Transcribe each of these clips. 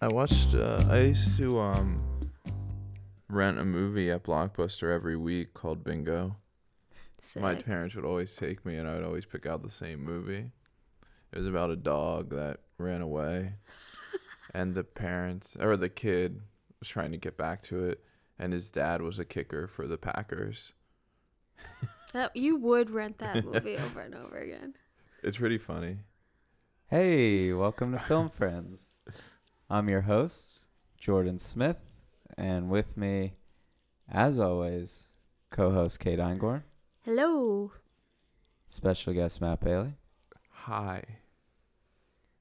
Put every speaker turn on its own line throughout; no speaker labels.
I watched. Uh, I used to um, rent a movie at Blockbuster every week called Bingo.
Sick.
My parents would always take me, and I would always pick out the same movie. It was about a dog that ran away, and the parents or the kid was trying to get back to it, and his dad was a kicker for the Packers.
That- you would rent that movie over and over again.
It's pretty funny.
Hey, welcome to Film Friends. I'm your host, Jordan Smith, and with me, as always, co host Kate Eingorn,
Hello.
special guest Matt Bailey.
Hi.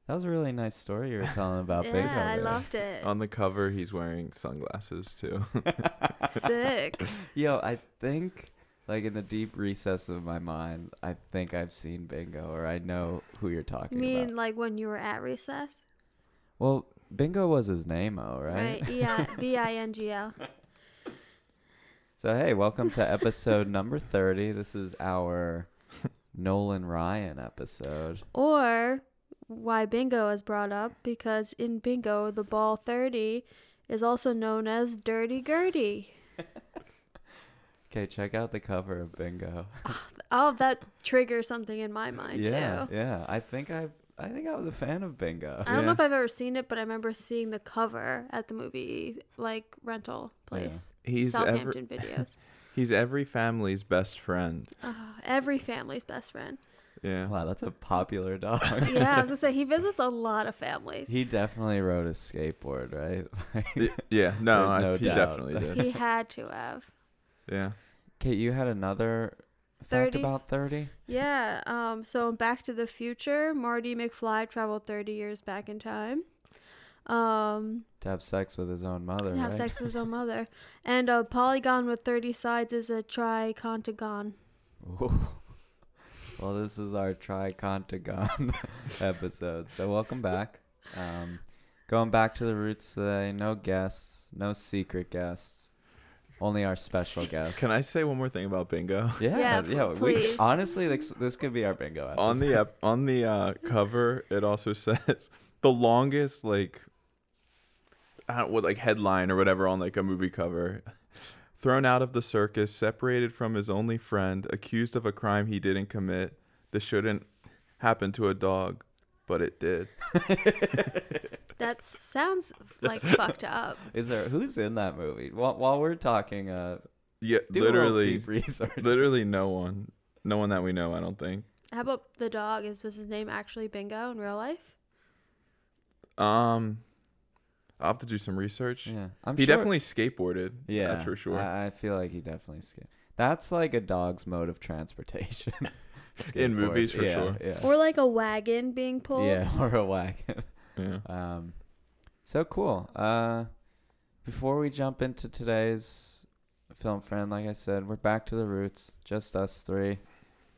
That was a really nice story you were telling about Big
yeah, I loved it.
On the cover, he's wearing sunglasses too.
Sick.
Yo, I think, like, in the deep recess of my mind, I think I've seen Bingo or I know who you're
You
talking
mean
about.
like when you were at recess?
Well, Bingo was his name, oh, right?
Right. Yeah. B I N G L.
So hey, welcome to episode number thirty. This is our Nolan Ryan episode.
Or why bingo is brought up because in bingo the ball 30 is also known as dirty gurdy.
Okay, check out the cover of Bingo.
Oh, that triggers something in my mind
yeah,
too.
yeah. I think I, I think I was a fan of Bingo.
I don't know
Yeah.
if I've ever seen it, but I remember seeing the cover at the movie like rental place.
He's ever,
Southampton videos.
he's every family's best friend.
Oh, every family's best friend.
Yeah.
Wow, that's a popular dog.
Yeah, I was gonna say he visits a lot of families.
he definitely rode a skateboard, right? Like,
Y- yeah, no,
There's
I,
no
he
doubt.
definitely did.
He had to have.
Yeah.
Kate, you had another fact
30.
about thirty.
Yeah. Um. So in Back to the Future, Marty McFly traveled 30 years back in time. Um.
To have sex with his own mother.
to have
right?
sex with his own mother. And a polygon with 30 sides is a tricontagon.
Ooh. Well, this is our Tricontagon episode. So, welcome back. Um, going back to the roots today. No guests, no secret guests, only our special guests.
Can I say one more thing about bingo?
Yeah,
Yeah,
yeah.
f-
we,
please.
honestly, this, this could be our bingo.
on
episode.
the ep- on the uh, cover, it also says the longest like, I don't- what like headline or whatever on like a movie cover. Thrown out of the circus, separated from his only friend, accused of a crime he didn't commit. This shouldn't happen to a dog, but it did.
That sounds like fucked up.
Is there who's in that movie? While, while we're talking, uh,
Yeah,
do a little
literally,
deep research.
literally no one, no one that we know. I don't think.
How about the dog? Is was his name actually Bingo in real life?
Um, I'll have to do some research.
Yeah, I'm
he
sure-
definitely skateboarded.
Yeah,
that's for sure.
I, I feel like he definitely skipped. That's like a dog's mode of transportation.
In movies,
Skateboard.
for
Yeah,
sure.
Yeah.
Or like a wagon being pulled?
Yeah, or a wagon.
yeah.
Um, so cool. Uh, before we jump into today's film friend, like I said, we're back to the roots, just us three,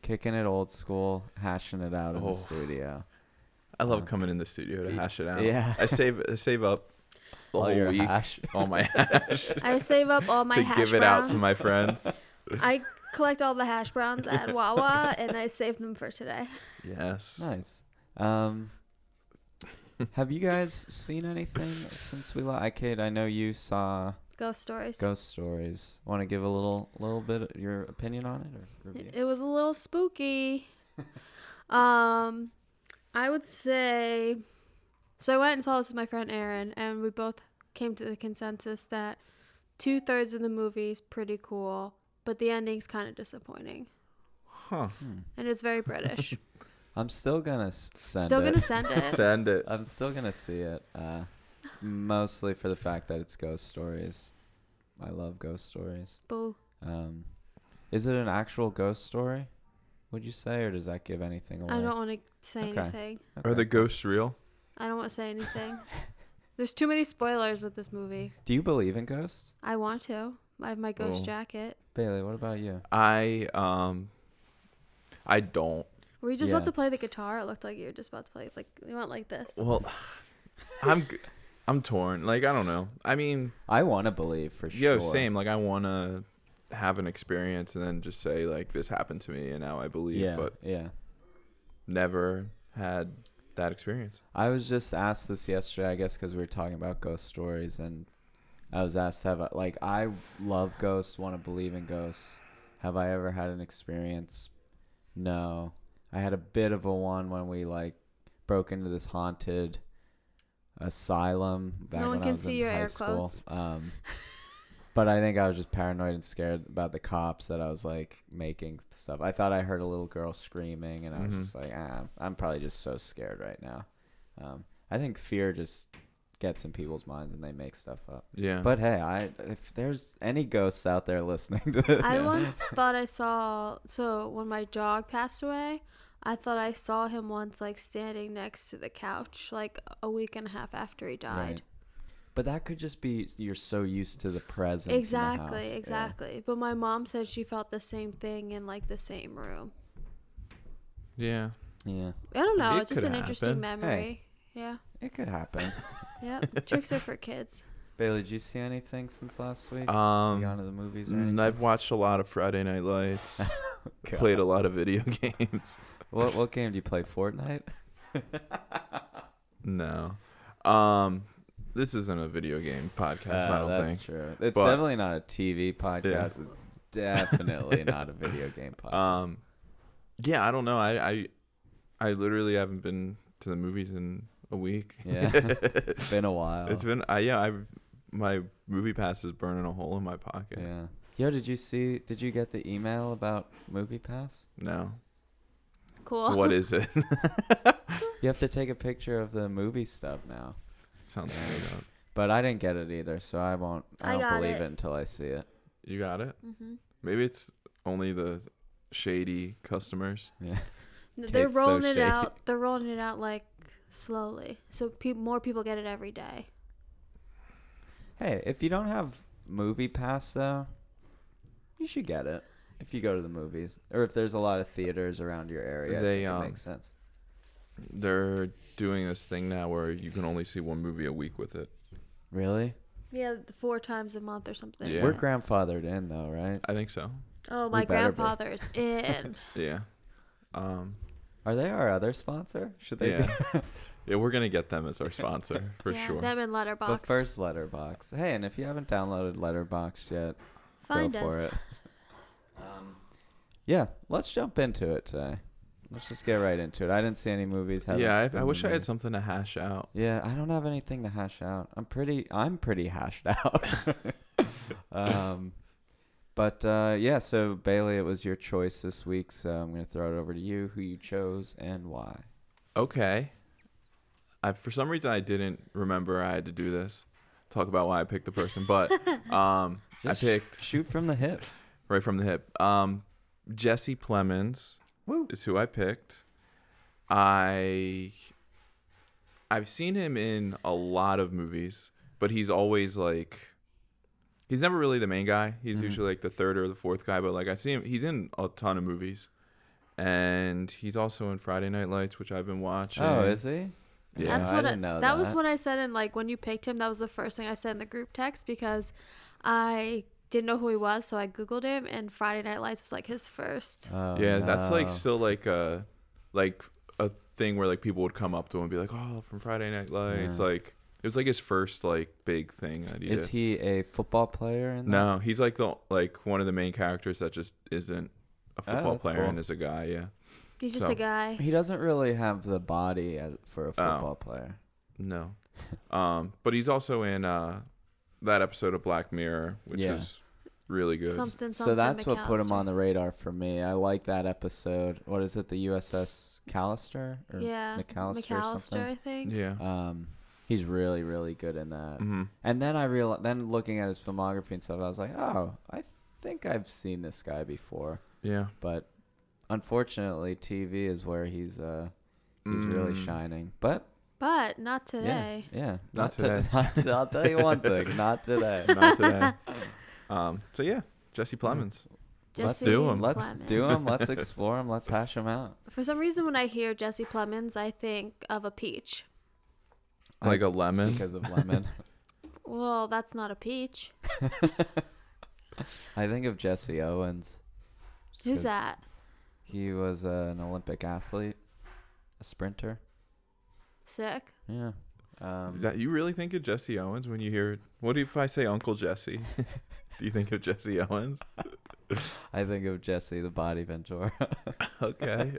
kicking it old school, hashing it out in
Oh.
the studio.
I love
Uh,
coming in the studio to
y-
hash it out.
yeah.
I save I save up the
All
whole
your
week,
hash.
all my hash
I save up all my
to
hash
give it out
browns.
to my friends.
I collect all the hash browns at Wawa and I save them for today.
Yes.
Nice. Um, have you guys seen anything since we last? Kid, I know you saw
Ghost stories.
Ghost Stories. Want to give a little, little bit of your opinion on it or review?
It, it was a little spooky. um, I would say. So I went and saw this with my friend Aaron, and we both came to the consensus that two thirds of the movie is pretty cool, but the ending's kind of disappointing,
Huh.
and it's very British.
Hmm. I'm still gonna s- send.
Still
it.
gonna send it.
Send it.
I'm still gonna see it, uh, mostly for the fact that it's ghost stories. I love ghost stories.
Boo.
Um, is it an actual ghost story? Would you say, or does that give anything away?
I don't want to say
Okay.
anything.
Are
Okay.
the ghosts real?
I don't want to say anything. There's too many spoilers with this movie.
Do you believe in ghosts,
I want to. I have my ghost
Oh.
jacket.
Bailey? What about you?
I um I don't.
Were you just
Yeah.
about to play the guitar? It looked like you were just about to play like you went like this.
Well, I'm g- I'm torn. Like I don't know. I mean,
I want to believe for sure.
yo, same. Like I want to have an experience and then just say like this happened to me and now I believe,
Yeah,
but
yeah.
never had that experience.
I was just asked this yesterday, I guess, because we were talking about ghost stories, and I was asked, "Have I like I love ghosts, want to believe in ghosts? Have I ever had an experience? No, I had a bit of a one when we like broke into this haunted asylum back
No one
when I
can
was
see
in
your
high
air
school.
quotes.
Um, but I think I was just paranoid and scared about the cops that I was like making stuff. I thought I heard a little girl screaming, and I was
Mhm.
just like, ah, I'm probably just so scared right now. Um, I think fear just gets in people's minds and they make stuff up.
Yeah.
But hey, I if there's any ghosts out there listening to this,
I once thought I saw. So when my dog passed away, I thought I saw him once, like standing next to the couch, like a week and a half after he died.
Right. but that could just be s- you're so used to the presence. in the
Exactly,
house. Yeah.
exactly. But my mom said she felt the same thing in like the same room.
yeah.
Yeah,
I don't know.
It
it's just
could
an interesting
happen.
memory. Yeah.
it could happen.
Yeah. Tricks are for kids.
Bailey, did you see anything since last week? you gone
Um
to the movies or anything?
mm, I've watched a lot of Friday Night Lights.
God.
Played a lot of video games.
What what game do you play? Fortnite?
No. Um this isn't a video game podcast, I don't
Ah, that's
think.
true. It's
But-
definitely not a TV podcast. It's definitely not a video game podcast.
Um, yeah, I don't know. I, I I literally haven't been to the movies in a week.
Yeah. Oh.
it's
it's been a while.
been. I yeah. I've my movie pass is burning a hole in my pocket.
yeah. Yo, did you see? Did you get the email about Movie Pass?
No.
Cool.
What is it?
You have to take a picture of the movie stuff now.
Sounds made up.
But I didn't get it either, so I won't. I,
I
don't
got
believe
it.
it. until I see it.
You got it.
Mm-hmm.
Maybe it's only the shady customers.
Yeah.
They're
Kate's so
rolling it
shady.
out. They're rolling it out like slowly, so pe- more people get it every day.
Hey, if you don't have Movie Pass though, you should get it if you go to the movies or if there's a lot of theaters around your area.
They,
They,
um,
it makes sense.
They're doing this thing now where you can only see one movie a week with it.
Really?
Yeah, th- four times a month or something.
Yeah.
We're grandfathered in though, right?
I think so.
oh,
we
my
better be.
grandfather's in.
Yeah. Um.
Are they our other sponsor? Should they
Yeah.
be
Yeah. We're gonna get them as our sponsor for
yeah,
sure.
Them in
the
Letterboxd.
first Letterbox? Hey, and if you haven't downloaded Letterbox yet,
Find
go for
us.
it. Um, yeah, let's jump into it today. Let's just get right into it. I didn't see any movies. haven't
yeah. I, I
been
wish I had
moving.
something to hash out.
Yeah, I don't have anything to hash out. I'm pretty. I'm pretty hashed out. um, but uh, yeah. So Bailey, it was your choice this week. So I'm gonna throw it over to you. Who you chose and why?
Okay. I for some reason I didn't remember I had to do this. Talk about why I picked the person, but um
Just
I picked
Shoot from the hip.
right from the hip. Um Jesse Plemons
Woo.
is who I picked. I I've seen him in a lot of movies, but he's always like he's never really the main guy. He's
Mhm.
usually like the third or the fourth guy, but like I see him he's in a ton of movies. And he's also in Friday Night Lights, which I've been watching.
Oh, is he?
Yeah.
That's
I
what I,
didn't know
that, was
that.
what I said in like when you picked him. That was the first thing I said in the group text because I didn't know who he was, so I googled him, and Friday Night Lights was like his first.
Oh,
Yeah, that's like
no.
still like a like a thing where like people would come up to him and be like, "Oh, from Friday Night Lights."
Yeah.
Like it was like his first like big thing that he
Is
did.
he a football player? In that?
no, he's like the like one of the main characters that just isn't a football
Oh, that's
player and
cool.
is a guy. Yeah,
He's just
So-
a guy.
He doesn't really have the body as,
Oh.
for a football player.
no. um, but he's also in uh that episode of Black Mirror, which
Yeah.
is really good.
Something, something.
So that's what put him
McAllister.
on the radar for me. I like that episode. What is it? The USS Callister? Or
yeah,
McAllister or
McAllister,
something?
I think.
yeah.
Um, he's really, really good in that.
hmm
And then I realized, then looking at his filmography and stuff, I was like, oh, I think I've seen this guy before.
Yeah.
But unfortunately, TV is where he's uh he's really
Mm.
shining. But
But not today.
yeah, yeah,
Not
to-
today.
not to- I'll tell you one thing, not today.
Not today. um. So yeah, Jesse Plemons.
Jesse
do 'em.
Let's
Plemons.
do them. Let's explore them. Let's hash them out.
For some reason, when I hear Jesse Plemons, I think of a peach.
I-
Like a lemon.
because of lemon.
Well, that's not a peach.
I think of Jesse Owens. Just
Who's
'cause
that?
He was uh, an Olympic athlete, a sprinter.
Sick.
Yeah. Um,
that you really think of Jesse Owens when you hear what if I say Uncle Jesse? Do you think of Jesse Owens?
I think of Jesse the Body Ventura.
Okay.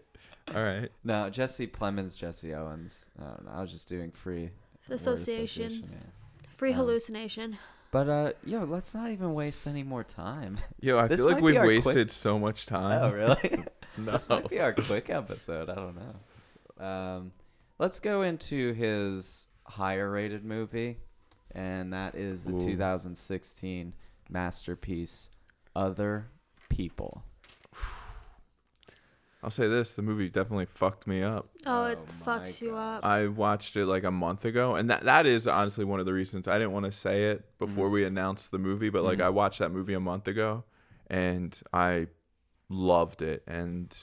All right.
no, Jesse Plemons, Jesse Owens. I don't know. I was just doing free word
Association.
yeah.
Free
Um,
hallucination.
But uh, yo, let's not even waste any more time.
Yo, I
This
feel like
might be
we've
our quick-
wasted so much time.
oh, really?
No.
this might be our quick episode. I don't know. Um, let's go into his higher-rated movie, and that is the
Ooh.
2016 masterpiece, Other People.
I'll say this, the movie definitely fucked me up.
Oh,
Oh
it
my
fucks you
God.
up.
I watched it like a month ago and that that is honestly one of the reasons I didn't want to say it before
Mhm.
we announced the movie, but like
Mhm.
I watched that movie a month ago and I loved it and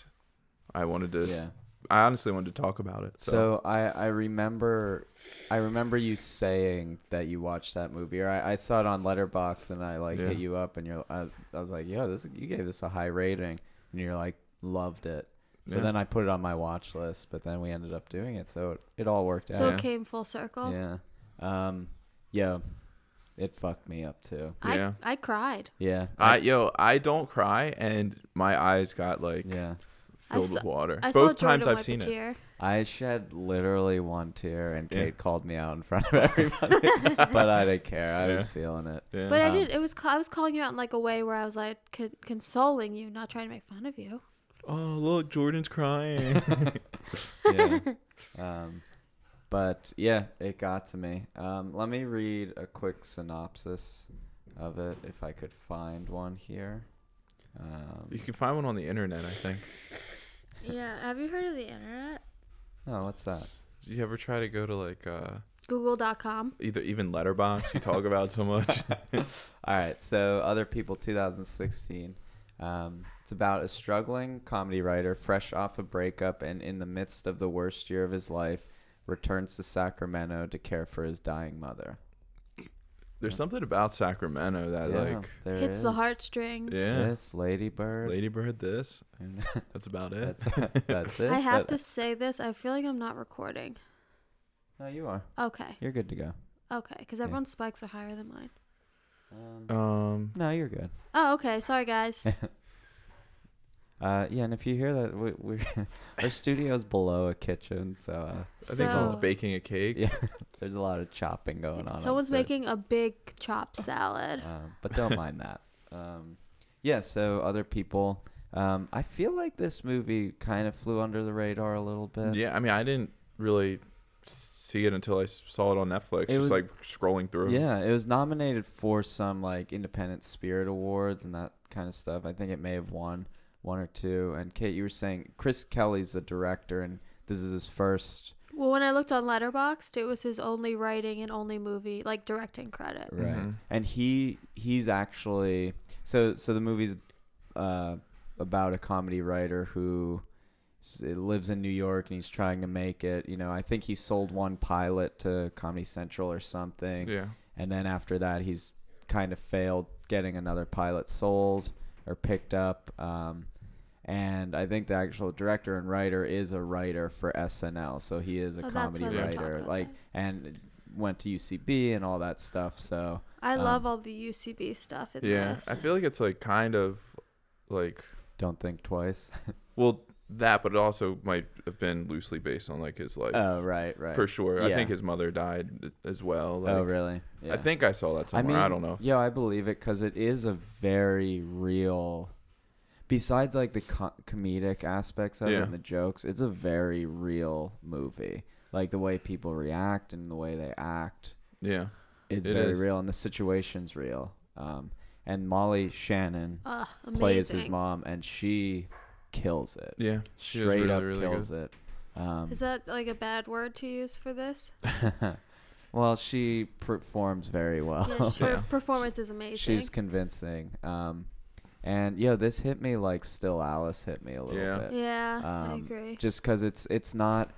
I wanted to
Yeah.
I honestly wanted to talk about it. So,
So I, I remember I remember you saying that you watched that movie or I, I saw it on Letterbox and I like hit
Yeah.
you up and you're I, I was like yo this you gave this a high rating and you're like loved it so
yeah.
then I put it on my watch list but then we ended up doing it so it, it all worked
so
out
Yeah.
it came full circle.
yeah um yeah it fucked me up too
I
Yeah.
I cried.
yeah
I yo, I don't cry, and my eyes got like
yeah
filled
I
with
saw-
water.
I
Both
saw Jordan
times I've
wipe
seen
a
it.
tear.
I shed literally one tear and
Yeah.
Kate called me out in front of everybody but I didn't care I was
Yeah.
feeling it
Yeah.
But I
Um,
did. It was. ca- I was calling you out in like a way where I was like con- consoling you, not trying to make fun of you.
oh look, Jordan's crying.
yeah. Um, but yeah, it got to me. Um, let me read a quick synopsis of it if I could find one here. Um,
you can find one on the internet, I think.
yeah. Have you heard of the internet?
no, what's that?
Do you ever try to go to like uh,
Google.com.
either even Letterbox? You talk about so much.
All right, so Other People 2016. Um, it's about a struggling comedy writer fresh off a breakup and in the midst of the worst year of his life returns to Sacramento to care for his dying mother.
There's something about Sacramento that like
there
Hits the
is.
heartstrings.
Yeah.
Sis, ladybird.
Ladybird. This
and-
that's about it.
That's, that's it.
I have
That-
to say this. I feel like I'm not recording.
No, you are.
Okay.
You're good to go.
Okay. Because
Yeah.
everyone's spikes are higher than mine.
Um,
Um,
no, you're good.
Oh, okay. Sorry, guys.
Uh, yeah, and if you hear that, we, we're our studio's below a kitchen, so uh,
I think someone's
So-
baking a cake.
Yeah. there's a lot of chopping going on.
Someone's
upstairs.
making a big chopped salad.
Um, but don't mind that. Um, yeah, so other people. Um, I feel like this movie kind of flew under the radar a little bit.
Yeah, I mean, I didn't really see it until I s- saw it on Netflix.
It
just
was-
like scrolling through.
Yeah, it was nominated for some like Independent Spirit Awards and that kind of stuff. I think it may have won one or two. And Kate, you were saying Chris Kelly's the director, and this is his first.
Well, when I looked on Letterboxd, it was his only writing and only movie, like directing credit.
Right.
Mhm.
And he he's actually so so the movie's uh, about a comedy writer who s- lives in New York and he's trying to make it. You know, I think he sold one pilot to Comedy Central or something.
Yeah.
and then after that he's kind of failed getting another pilot sold or picked up um, and i think the actual director and writer is a writer for snl so he is
Oh,
a
that's
comedy
why
they were
writer
talking
like
about
and went to ucb and all that stuff so
I
Um,
love all the UCB stuff in
Yeah.
this.
I feel like it's like kind of like
don't think twice
Well, that, but it also might have been loosely based on like his life.
oh right right
For sure, I
Yeah.
think his mother died uh, as well. Like,
oh really
I think I saw that somewhere. I, don't know.
Yeah, I believe it because it is a very real. Besides, like the co- comedic aspects of it
Yeah.
and the jokes, it's a very real movie. Like the way people react and the way they act,
Yeah,
it's
It
very
is.
real, and the situation's real. Um, and Molly Shannon
Ugh,
plays his
amazing.
mom, and she kills it.
yeah. She was
Straight
really,
up
really good.
kills it. Um,
Is that like a bad word to use for this?
well, she performs very well.
Yeah, her
Yeah.
performance is amazing.
She's convincing. Um, and yo, this hit me like Still Alice hit me a little
Yeah.
bit.
yeah, I
um,
agree.
Just because it's it's not,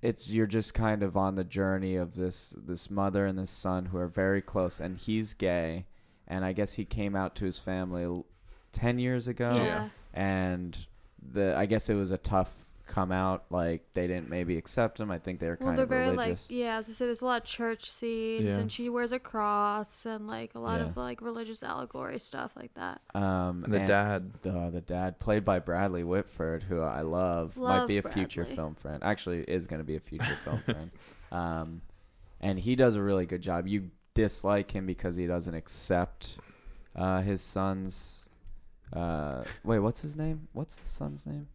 it's you're just kind of on the journey of this this mother and this son who are very close, and he's gay, and I guess he came out to his family l- ten years ago,
yeah.
Yeah.
and the I guess it was a tough come out like they didn't maybe accept him. I think they were
Well,
kind
they're
of
very
religious.
like yeah. As I say, there's a lot of church scenes,
Yeah.
and she wears a cross, and like a lot
Yeah.
of like religious allegory stuff like that.
um,
And the
and-
dad.
the the dad played by Bradley Whitford, who I love, might
Love
be a future
Bradley.
film friend. Actually, is going to be a future film friend. Um, and he does a really good job. You dislike him because he doesn't accept uh, his son's. Uh, wait, what's his name? What's the son's name?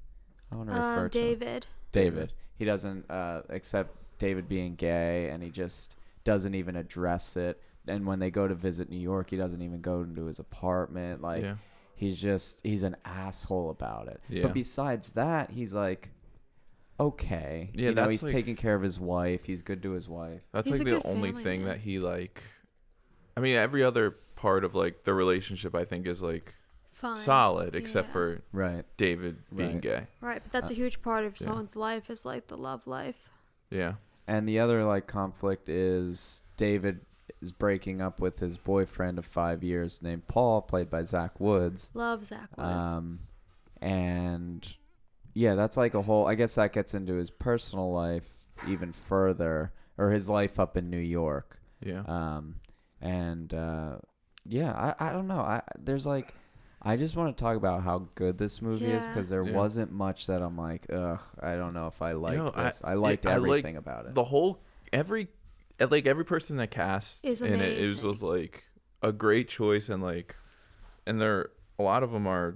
I want to refer
Um,
to him.
David.
David. He doesn't uh, accept David being gay, and he just doesn't even address it. And when they go to visit New York, he doesn't even go into his apartment. Like
yeah.
he's just he's an asshole about it.
Yeah.
But besides that, he's like okay.
Yeah,
you know,
that's
he's
like-
taking care of his wife. He's good to his wife.
That's
He's
like
a
the
good
only
family
thing
man.
that he like. I mean, every other part of like the relationship, I think, is like
Fine.
solid, except
Yeah.
for
Right.
David being
Right.
gay.
Right, but that's
Uh,
a huge part of
yeah.
someone's life is like the love life.
Yeah.
And the other like conflict is David is breaking up with his boyfriend of five years named Paul, played by Zach Woods.
Love Zach
Uh,
Woods.
Um, and yeah, that's like a whole. I guess that gets into his personal life even further, or his life up in New York.
Yeah.
Um, and uh, yeah, I, I don't know. I there's like, I just want to talk about how good this movie is
Yeah.
because there
Yeah.
wasn't much that I'm like, ugh, I don't know if I liked
know, I-
this. I, liked
I like
everything about it.
the whole every uh, like every person that cast
Is
in it is
amazing.
was like a great choice and like and they're a lot of them are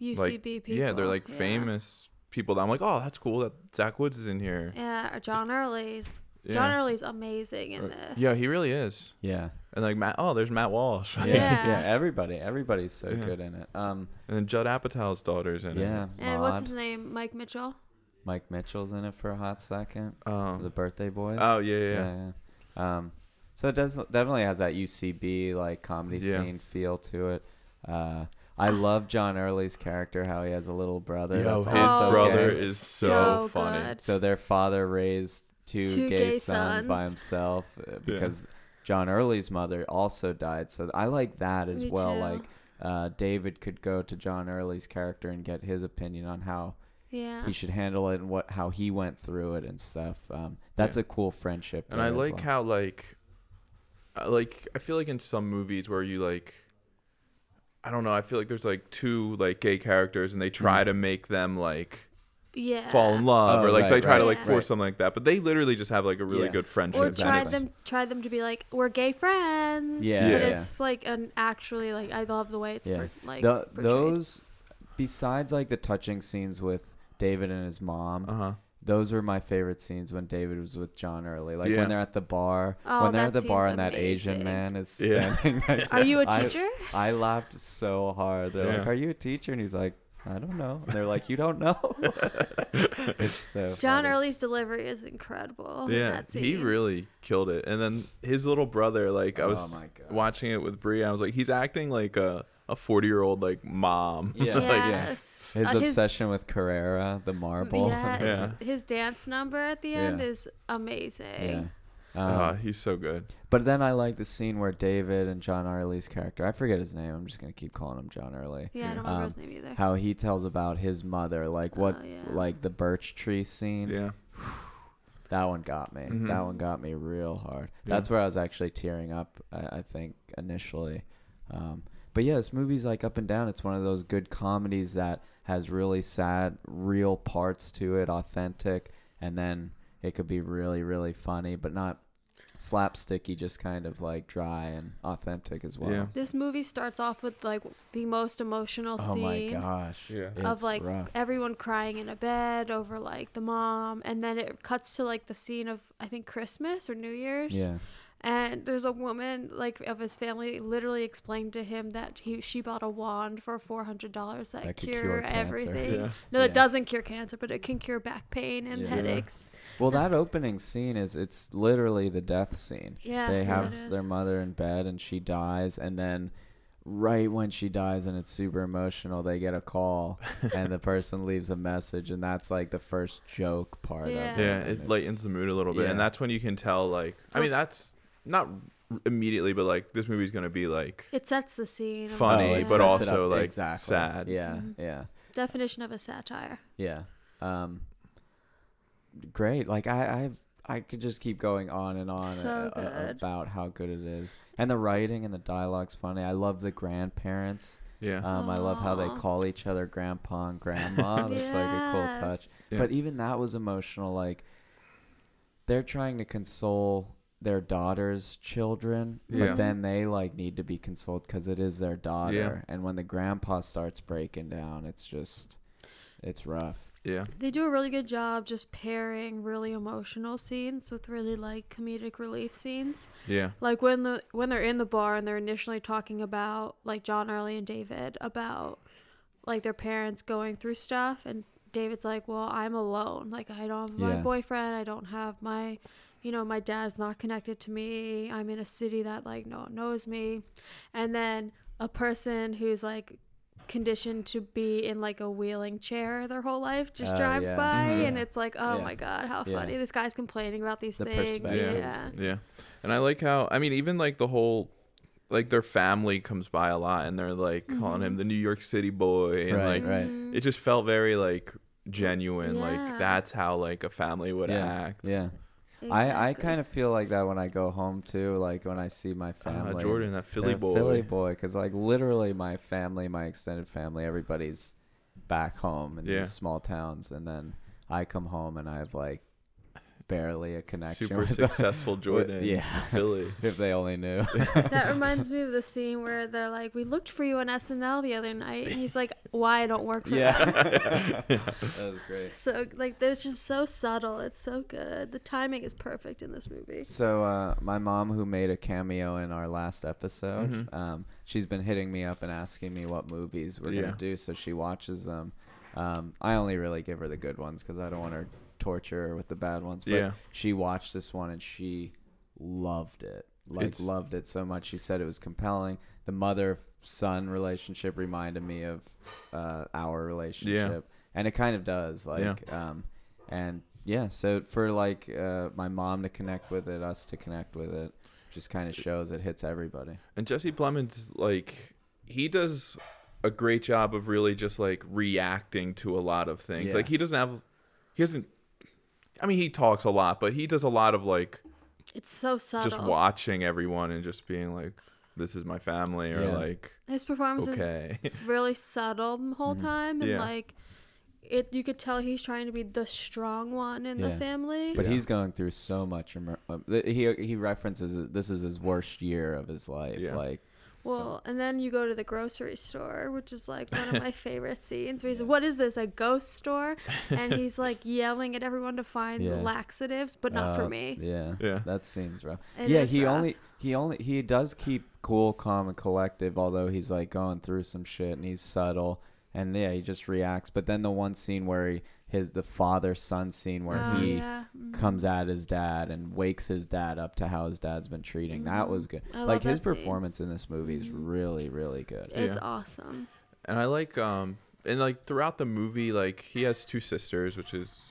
UCB
like
people.
yeah they're like
yeah.
famous people that I'm like oh that's cool that Zach Woods is in here
Yeah, or John Early's.
yeah
John Early's amazing in
Or-
this.
yeah he really is
yeah.
and like Matt oh there's Matt Walsh
yeah,
Yeah.
yeah, Everybody, everybody's so
Yeah.
good in it. Um,
and then Judd Apatow's daughter's in
yeah,
And
Maude.
what's his name? Mike Mitchell.
Mike Mitchell's in it for a hot second.
it um
The birthday boys.
oh yeah yeah, yeah.
yeah. yeah. Um, so it does definitely has that UCB like comedy
Yeah.
scene feel to it. Uh, I love John Early's character, how he has a little brother.
Yo,
that's
his
also
brother
gay.
is so,
Oh, So
funny
good.
So their father raised two,
Two
gay,
gay
sons, by
sons.
himself uh, because John Early's mother also died. So I like that as
Me
well.
too.
Like uh, David could go to John Early's character and get his opinion on how
Yeah.
he should handle it and what how he went through it and stuff. Um, that's
Yeah.
a cool friendship.
And
there
I
as
like
well.
how like I like I feel like in some movies where you like I don't know, I feel like there's like two like gay characters and they try
Mhm.
to make them like
yeah.
fall in love
Oh,
or like
right,
they try to
right,
like
Yeah.
force
right.
something like that. But they literally just have like a really
Yeah.
good friendship.
Or
and
try
it's-
them try them to be like we're gay friends.
Yeah.
But
Yeah.
it's like an actually like I love the way it's
Yeah.
per- like
the,
portrayed.
those besides like the touching scenes with David and his mom,
uh-huh.
those were my favorite scenes when David was with John Early. Like
Yeah.
when they're at the bar,
Oh,
when they're
that
at the bar
scene's
and that Asian
amazing.
man is
Yeah.
standing next to
Are you a
I-
teacher?
I, laughed so hard. They're like,
Yeah.
"Are you a teacher?" And he's like, "I don't know." And they're like, "You don't know?" it's so
John
funny.
Early's delivery is incredible. in
yeah.
that
He
scene.
really killed it. And then his little brother, like I
Oh
was
my God.
watching it with Brie, I was like, he's acting like a a forty year old like mom.
Yeah.
like,
Yes.
His
Uh,
obsession with Carrera, the marble.
Yes.
Yeah.
His dance number at the end
Yeah.
is
yeah.
amazing.
Um,
ah, he's so good.
But then I like the scene where David and John Early's character, I forget his name, I'm just going to keep calling him John Early,
Yeah, I don't
Yeah.
remember
Um,
his name either.
how he tells about his mother, like what,
Oh, yeah.
like the birch tree scene.
Yeah.
That one got me.
Mhm.
That one got me real hard.
Yeah.
That's where I was actually tearing up, I, I think, initially. Um, but yeah, this movie's like up and down. It's one of those good comedies that has really sad, real parts to it, authentic, and then it could be really, really funny, but not slapsticky, just kind of like dry and authentic as well.
Yeah.
This movie starts off with like the most emotional
Oh my
scene
gosh.
Yeah.
It's
of like
rough.
everyone crying in a bed over like the mom, and then it cuts to like the scene of I think Christmas or New Year's,
Yeah.
and there's a woman like of his family literally explained to him that he she bought a wand for four hundred dollars that,
That could
cure,
cure cancer.
everything.
Yeah.
No,
Yeah.
it doesn't cure cancer, but it can cure back pain and
Yeah.
headaches.
Well, that opening scene is it's literally the death scene.
Yeah,
they
it
have
is.
their mother in bed and she dies and then right when she dies and it's super emotional they get a call and the person leaves a message and that's like the first joke part of
Yeah.
it.
yeah
And
it lightens the mood a little bit and
Um, Yeah.
that's when you can tell like i mean that's not immediately but like this movie's gonna be like
It sets the scene. of,
Funny,
Oh, it
yeah.
but
sets it
also,
up-
like,
exactly.
sad.
yeah
Mhm.
yeah
definition of a satire.
yeah um great. Like I, I've I could just keep going on and on
So
a- a-
good.
about how good it is, and the writing and the dialogue's funny. I love the grandparents.
Yeah.
Um, I love how they
Aw.
call each other grandpa and grandma. That's Oh, like a cool touch.
Yes.
Yeah.
But even that was emotional. Like they're trying to console their daughter's children,
Yeah.
but then they like need to be consoled because it is their daughter. And when the grandpa starts breaking down, it's just it's rough.
yeah.
They do a really good job just pairing really emotional scenes with really like comedic relief scenes.
Yeah.
Like when the when they're in the bar and they're initially talking about like John Early and David about like their parents going through stuff and David's like, "Well, I'm alone. Like I don't have my
Yeah.
boyfriend. I don't have my you know, my dad's not connected to me. I'm in a city that like no one knows me." And then a person who's like conditioned to be in like a wheeling chair their whole life just
Oh,
drives
yeah.
by
Mhm.
and it's like, "Oh
Yeah.
my god, how
Yeah.
funny. This guy's complaining about these
The
things."
perspective
is
Yeah.
Yeah. And I like how I mean even like the whole like their family comes by a lot and they're like calling him the New York City boy and
Mm-hmm. Right,
like
right.
Mm-hmm.
it just felt very like genuine like
Yeah.
that's how like a family would
yeah.
act.
Yeah. I, I kind of feel like that when I go home too, like when I see my
Ah,
family.
Jordan, that Philly
Yeah,
boy.
Philly boy, because like literally my family, my extended family, everybody's back home in
Yeah.
these small towns, and then I come home and I have like barely a connection.
Super
with them.
successful Jordan.
yeah.
Philly.
if they only knew.
That reminds me of the scene where they're like, "We looked for you on SNL the other night," and he's like, "Why I don't work for
yeah,
them."
that was great.
So like, there's just so subtle. It's so good. The timing is perfect in this movie.
So uh, my mom, who made a cameo in our last episode,
Mhm.
um, she's been hitting me up and asking me what movies we're
Yeah.
gonna do. So she watches them. Um, I only really give her the good ones because I don't want her torture her with the bad ones. But
Yeah.
she watched this one and she loved it. Like
It's-
loved it so much. She said it was compelling. The mother son relationship reminded me of uh, our relationship, and it kind of does. Like, um, and yeah, so for like uh, my mom to connect with it, us to connect with it, just kind of shows it hits everybody.
And Jesse Plemons, like, he does a great job of really just like reacting to a lot of things.
Yeah.
Like, he doesn't have, he doesn't. I mean, he talks a lot, but he does a lot of like
It's so subtle.
just watching everyone and just being like, "This is my family," or
Yeah.
like,
His performance
"Okay."
is really subtle the
Mm-hmm.
whole time, and
Yeah.
like, it you could tell he's trying to be the strong one in the
Yeah.
family.
But
Yeah.
he's going through so much. Remor- um, th- he he references it- this is his worst year of his life.
Yeah.
Like, so-
Well, and then you go to the grocery store, which is like one of my favorite scenes. Where he's like, "What is this? A ghost store?" And he's like yelling at everyone to find
Yeah.
laxatives, but not for
Uh,
me.
Yeah.
Yeah.
That scene's rough.
It
yeah,
is
he
rough.
only he only he does keep cool, calm, and collective, although he's like going through some shit and he's subtle and yeah, he just reacts. But then the one scene where he his the father son scene where
Oh,
he
yeah. Mm.
comes at his dad and wakes his dad up to how his dad's been treating. That was good.
Mm-hmm. I love
like his
that scene. Mm-hmm.
performance in this movie is really, really good.
It's
Yeah.
awesome.
and I like, um, and like throughout the movie, like he has two sisters, which is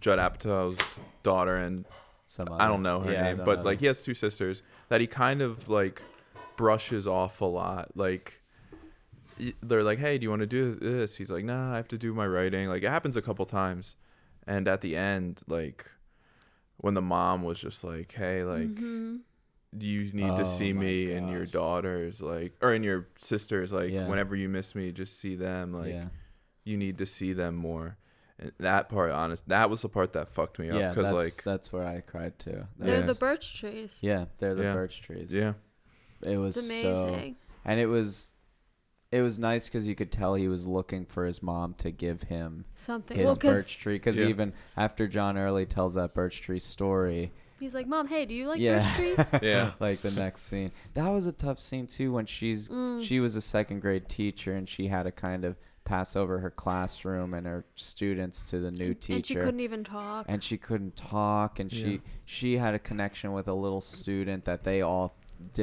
Judd Apatow's daughter and
Some
I
other-
don't know her
yeah, I
name,
don't
but
know
like
them.
he has two sisters that he kind of like brushes off a lot. Like y- they're like, "Hey, do you want to do this?" He's like, "Nah, I have to do my writing." Like it happens a couple times, and at the end, like when the mom was just like, "Hey, like
Mm-hmm.
you need
Oh
to see
my
me and your
gosh.
daughters, like or and your sisters, like
Yeah.
whenever you miss me, just see them, like
yeah.
you need to see them more." And that part, honest, that was the part that fucked me
Yeah,
up because
that's
like,
that's where I cried too. That
They're the
Yes.
was-
birch trees.
yeah, they're the
Yeah.
birch trees.
yeah,
it was
It's
so
amazing.
and it was it was nice because you could tell he was looking for his mom to give him
Something.
his
Well,
birch
because
tree because
Yeah.
even after john early tells that birch tree story
he's like, "Mom, hey, do you like
Yeah.
birch trees?"
yeah.
like the next scene that was a tough scene too when she's
Mm.
she was a second grade teacher and she had to kind of pass over her classroom and her students to the new teacher
And she couldn't even talk.
and she couldn't talk and
Yeah.
she she had a connection with a little student that they all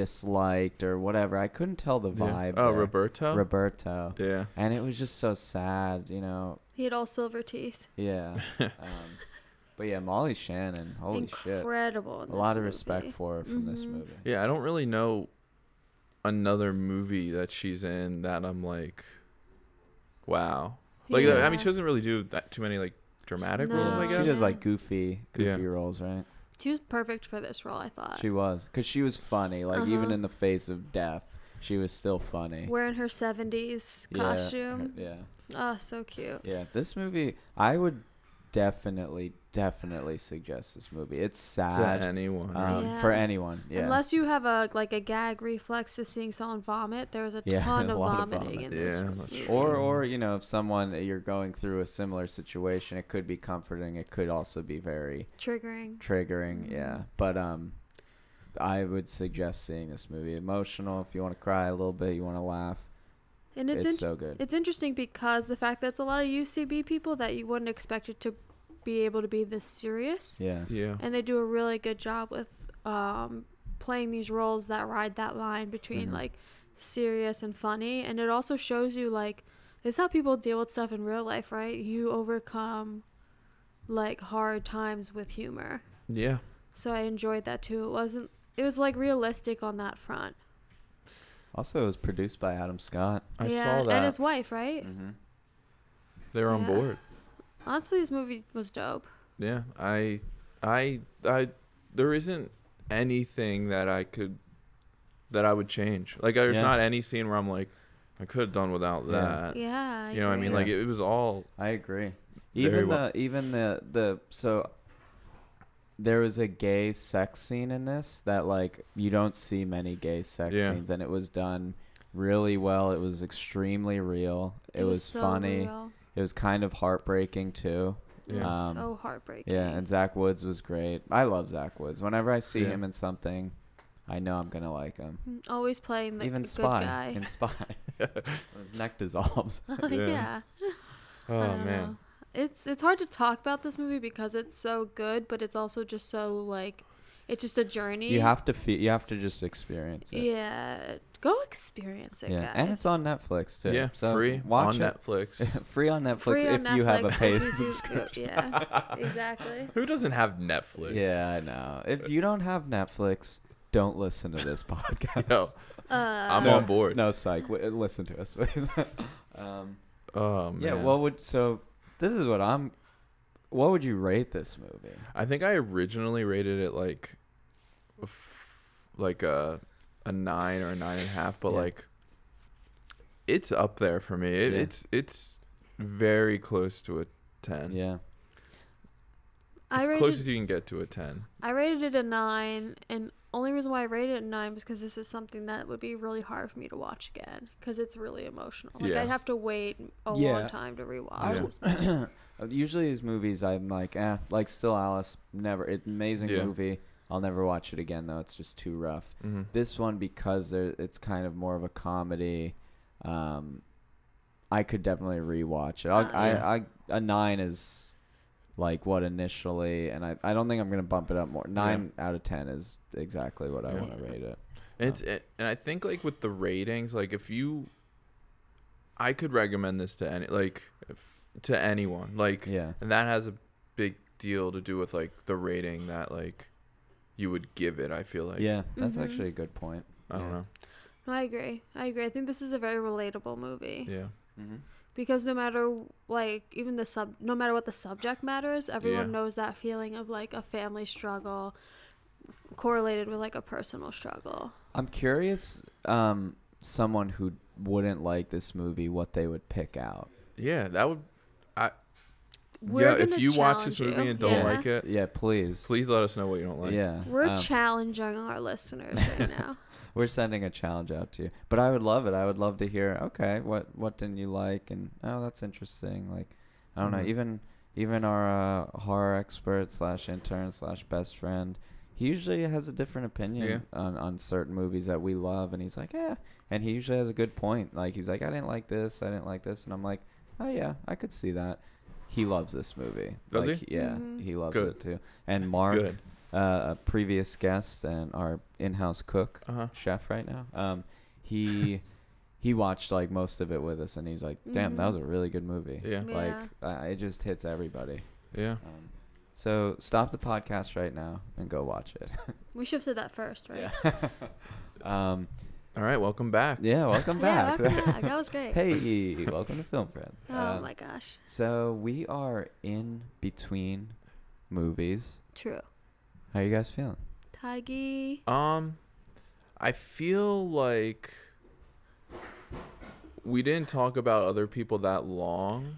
disliked or whatever i couldn't tell the
Yeah.
vibe
Oh,
there.
Roberto.
roberto
yeah.
and it was just so sad, you know.
He had all silver teeth.
Yeah. um, but yeah, Molly Shannon, holy shit,
Incredible. in
a
this
lot of
movie.
respect for her from this
Mhm.
movie.
Yeah, I don't really know another movie that she's in that I'm like, wow. Like, I mean,
Yeah.
she doesn't really do that too many like dramatic roles, I
No.
guess.
She does like goofy,
Yeah.
goofy roles, right?
She was perfect for this role, I thought.
She was, cause she was funny. Like even
Uh, Uh-huh.
in the face of death, she was still funny.
Wearing her 70s
Yeah, her-
costume.
Yeah,
Oh, so cute.
yeah. This movie, I would definitely, definitely suggest this movie. It's
to
sad
anyone. right?
um, for
Yeah.
anyone. Yeah.
Unless you have a like a gag reflex to seeing someone vomit, there was a
Yeah,
ton
a
of
lot of
vomiting
vomit.
in this.
Yeah, that's
movie.
true.
or, or you know, if someone you're going through a similar situation, it could be comforting. It could also be very
triggering.
triggering yeah but um i would suggest seeing this movie emotional if you want to cry a little bit you want to laugh
And it's
it's, uh,
in-
so good
it's interesting because the fact that it's a lot of UCB people that you wouldn't expect it to be able to be this serious.
yeah
yeah.
and they do a really good job with um, playing these roles that ride that line between
Mm-hmm.
Mhm.
like serious and funny and it also shows you like this is how people deal with stuff in real life right you overcome like hard times with humor
Yeah.
so i enjoyed that too it wasn't it was like realistic on that front
also it was produced by adam scott
I
yeah
saw that. Mm.
and his wife right
mm-hmm.
They're on
Yeah.
board.
honestly this movie was dope
Yeah. I I I there isn't anything that I could that I would change. Like there's
Yeah.
not any scene where I'm like I could have done without
Yeah.
that.
yeah
Uh, You know what I mean?
agree.
Like it, it was all
i agree
Very
even
well-
the even the the so there was a gay sex scene in this that like you don't see many gay sex
Yeah.
scenes and it was done really well it was extremely real it, was,
so
funny
real.
it was kind of heartbreaking too
It was
Yeah.
Um,
so heartbreaking
Yeah, and Zach Woods was great. I love Zach Woods. Whenever I see
Yeah.
him in something, I know I'm gonna like him.
always playing the
Even
good
Spy
guy
in Spy, his neck dissolves.
Yeah.
yeah.
oh
I
man.
don't know. It's it's hard to talk about this movie because it's so good, but it's also just so like it's just a journey.
You have to feel. You have to just experience it.
Yeah. Go experience it, guys.
and it's on Netflix too.
Yeah,
so
free
Watch
on
it.
Netflix.
free on Netflix
Free
if
on
you have a
Netflix if
paid
you do-
subscription.
Yeah. Exactly.
Who doesn't have Netflix?
Yeah, I know. If you don't have Netflix, don't listen to this podcast.
Yo,
Uh
I'm
no,
on board.
No, psych. W- listen to us. um,
Oh man.
Yeah, what would so this is what I'm what would you rate this movie?
I think I originally rated it like, f- like a a nine or a nine and a half, but
Yeah.
like, it's up there for me. It,
Yeah.
It's it's very close to a ten.
Yeah.
I
as
rated
close as you can get to a ten.
I rated it a nine and only reason why I rated it a nine was because this is something that would be really hard for me to watch again because it's really emotional. Like
Yes.
I'd have to wait a
Yeah.
long time to rewatch.
I
this
was-
Usually these movies I'm like, eh, like Still Alice, never it's an amazing
Yeah.
movie. I'll never watch it again though. It's just too rough.
Mm-hmm.
This one because there it's kind of more of a comedy. Um I could definitely rewatch it. I'll,
Uh,
I,
Ah, Yeah.
I a 9 is like what initially and I, I don't think I'm going to bump it up more. 9 out of 10 is exactly what I
Yeah.
want to rate it.
And it's it, and I think like with the ratings, like if you, I could recommend this to any like if, to anyone. Like
Yeah.
and that has a big deal to do with like the rating that like you would give it. I feel like mm-hmm.
yeah, that's
Mhm.
actually a good point.
I don't
Yeah.
know.
No, I agree. I agree. I think this is a very relatable movie
Yeah.
Mm-hmm.
because no matter like even the sub, no matter what the subject matter is, everyone
Yeah.
knows that feeling of like a family struggle correlated with like a personal struggle.
I'm curious, um, someone who wouldn't like this movie, what they would pick out.
Yeah, that would.
We're
yeah, if
gonna
you watch
challenge
this movie
you.
and don't
Yeah.
like it,
Yeah, please.
please let us know what you don't like.
Yeah.
We're
um,
challenging our listeners right now.
we're sending a challenge out to you. But I would love it. I would love to hear, okay, what what didn't you like and oh that's interesting. Like I don't
Mhm.
know, even even our uh, horror expert slash intern slash best friend, he usually has a different opinion
Yeah.
on, on certain movies that we love and he's like, Yeah and he usually has a good point. Like he's like, I didn't like this, I didn't like this and I'm like, Oh yeah, I could see that. He loves this movie.
Does
like, Yeah,
Mhm.
he loves
Good.
it too. And Mark,
Good.
uh, a previous guest and our in-house cook,
Uh huh.
chef right now. Um, he he watched like most of it with us, and he's like, "Damn, that
Mhm.
was a really good movie."
Yeah.
Like
Yeah.
uh, it just hits everybody.
Yeah.
Um, so stop the podcast right now and go watch it.
we should have said that first, right?
um,
All right, welcome back.
Yeah, welcome back.
Yeah, welcome back. That was great.
hey, welcome to Film Friends.
oh
Um,
my gosh.
so we are in between movies.
True.
How you guys feeling?
Tiggy.
Um, I feel like we didn't talk about other people that long,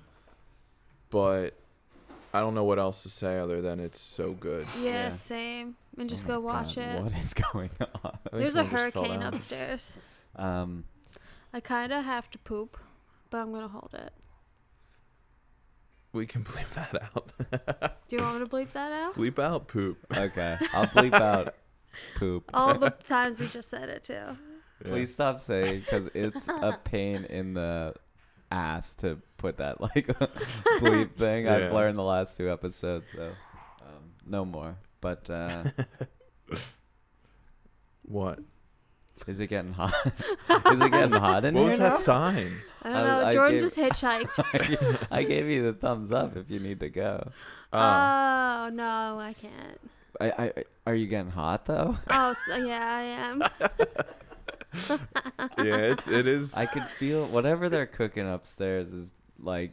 but I don't know what else to say other than it's so good.
Yeah,
Yeah.
same. And just
Oh
go
my
watch
God,
it.
What is going on?
I think
There's a
someone just fell
hurricane
down.
upstairs.
Um,
I kind of have to poop, but I'm going to hold it.
We can bleep that out.
Do you want me to bleep that out?
Bleep out poop.
okay, I'll bleep out poop.
All the times we just said it, too.
Yeah.
Please stop saying because it's a pain in the ass to put that like bleep thing. I've
Yeah.
learned the last two episodes, so um, no more. But uh,
What?
is it getting hot? is it getting hot in
What was
here
that sign?
I
I-
don't know.
I
Jordan
gave-
just hitchhiked.
now? I gave you the thumbs up if you need to go.
Oh,
oh, no, I can't.
I, I, I- are you getting hot though?
Oh, so, yeah, I am.
yeah, it's, it is.
I could feel whatever they're cooking upstairs is like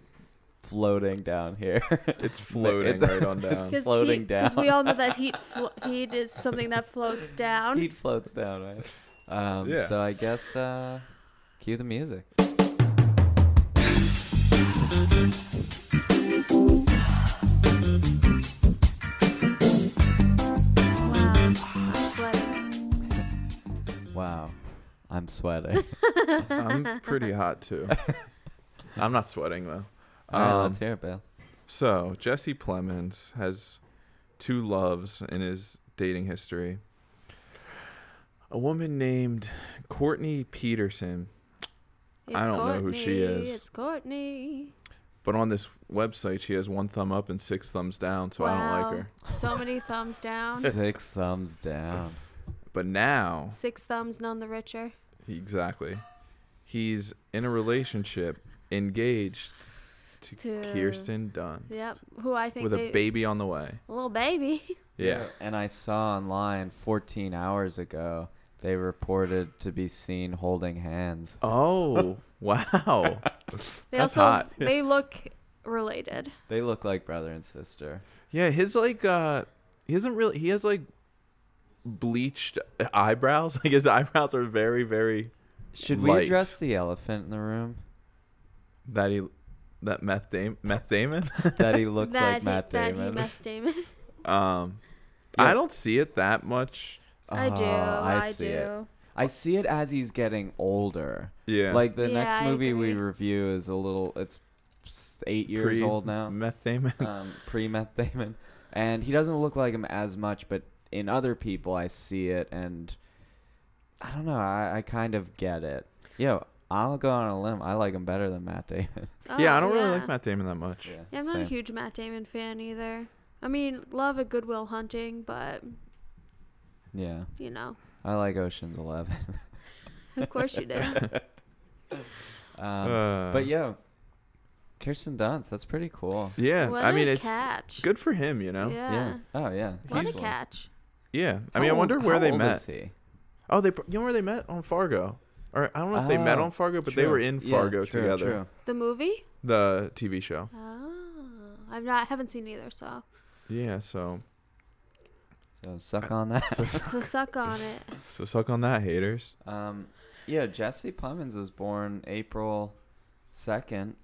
floating down here.
it's floating
it's-
right on down.
Because
Floating
Because we
down.
all know that heat flo- heat is something that floats down.
Heat floats down, right? Um,
Yeah.
So I guess uh, cue the music.
Wow, I'm sweating.
Wow, I'm sweating.
I'm pretty hot too. I'm not sweating though.
All right,
Um,
let's hear it, Bill.
So Jesse Plemons has two loves in his dating history. A woman named Courtney Peterson,
It's
I don't know who she is.
It's Courtney.
but on this website she has one thumb up and six thumbs down, so I don't like her.
So many thumbs down.
Six thumbs down.
But now,
Six thumbs, none the richer.
exactly, he's in a relationship, engaged to,
To-
Kirsten Dunst,
Yep. Who I think
with
they,
a baby on the way.
little baby.
Yeah,
And I saw online 14 hours ago they reported to be seen holding hands.
Oh wow!
They
That's
also
hot.
they look related.
They look like brother and sister.
Yeah, his like uh he isn't really he has like bleached eyebrows. Like his eyebrows are very, very
Should we
Light.
address the elephant in the room?
that he that meth Dam- meth Damon.
That he looks
that
like
he,
Matt
that he
Damon.
Matt Damon.
Um
Yeah.
I don't see it that much.
I do.
Oh,
I,
see
do.
it. I see it as he's getting older.
Yeah.
Like the
Yeah,
next
I
movie we
agree.
review is a little. It's s- eight years
Pre-
old now.
meth Damon.
Oh,
um, pre Matt Damon, and he doesn't look like him as much. But in other people, I see it, and I don't know. I, I kind of get it. Yo, I'll go on a limb. I like him better than Matt Damon.
yeah, I
Oh,
don't really
yeah.
like Matt Damon that much.
Yeah, I'm not a huge Matt Damon fan either. I mean, love a Goodwill Hunting, but
Yeah,
you know,
I like Ocean's Eleven.
of course you do.
Um,
Uh,
but yo, Kirsten Dunst. That's pretty cool.
yeah,
What
I mean
a
it's
catch.
good for him, you know. Yeah.
Yeah.
Oh yeah.
What a
He's-
catch.
I mean,
How
I wonder
old-
where
how
they
old
met.
is he?
Oh, they pr- you know where they met on Fargo. Or I don't know if they met
Oh,
on Fargo, but they
True.
were in
Yeah,
Fargo
true,
together.
true.
The movie?
The TV show.
Oh, I've not haven't seen either, so
Yeah, so
So suck on that.
so suck on it.
so suck on that, haters.
Um, yeah, Jesse Plemons was born April 2nd.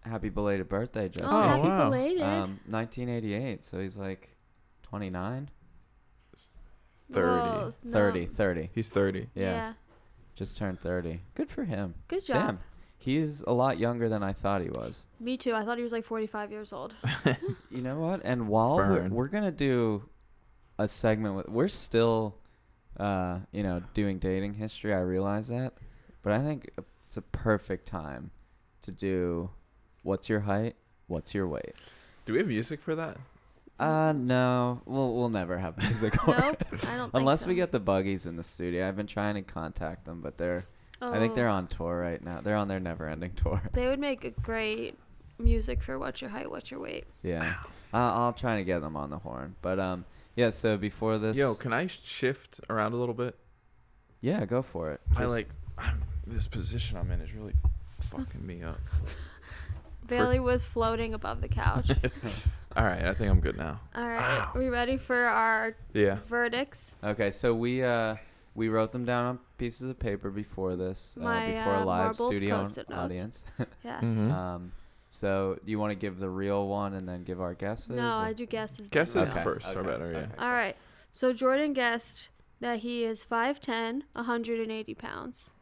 Happy belated birthday, Jesse.
Oh,
Oh,
happy
wow.
belated.
um, 1988. So he's like 29,
Whoa,
30,
no.
30, 30.
He's 30.
Yeah,
Yeah.
just turned 30. Good for him.
Good job.
Damn. He's a lot younger than I thought he was.
Me too. I thought he was like 45 years old.
You know what? And while we're,
Burn.
we're going to do a segment with, we're still, uh, you know, doing dating history. I realize that. But I think it's a perfect time to do what's your height? What's your weight?
Do we have music for that?
Uh, no. We'll, we'll never have musical.
nope. I don't think
Unless
so.
we get the buggies in the studio. I've been trying to contact them, but they're,
oh,
I think they're on tour right now. They're on their never ending tour.
They would make a great music for what's your height, what's your weight.
Yeah. I'll, I'll try to get them on the horn. But, um, yeah, so before this.
Yo, can I shift around a little bit?
Yeah, go for it.
I
Just-
like I'm, this position I'm in is really fucking me up.
Bailey was floating above the couch.
All right, I think I'm good now.
All right, are we ready for our
Yeah.
verdicts?
Okay, so we uh we wrote them down on pieces of paper before this,
My,
uh, before
uh,
a live
marbled
studio
Post-it notes.
audience.
Yes.
Mhm.
um, so do you want to give the real one and then give our guesses?
No,
or-
I do guesses. then
Guesses
you
Okay,
first are
okay,
better, yeah.
okay.
All right. So Jordan guessed that he is 5'10, 180 pounds.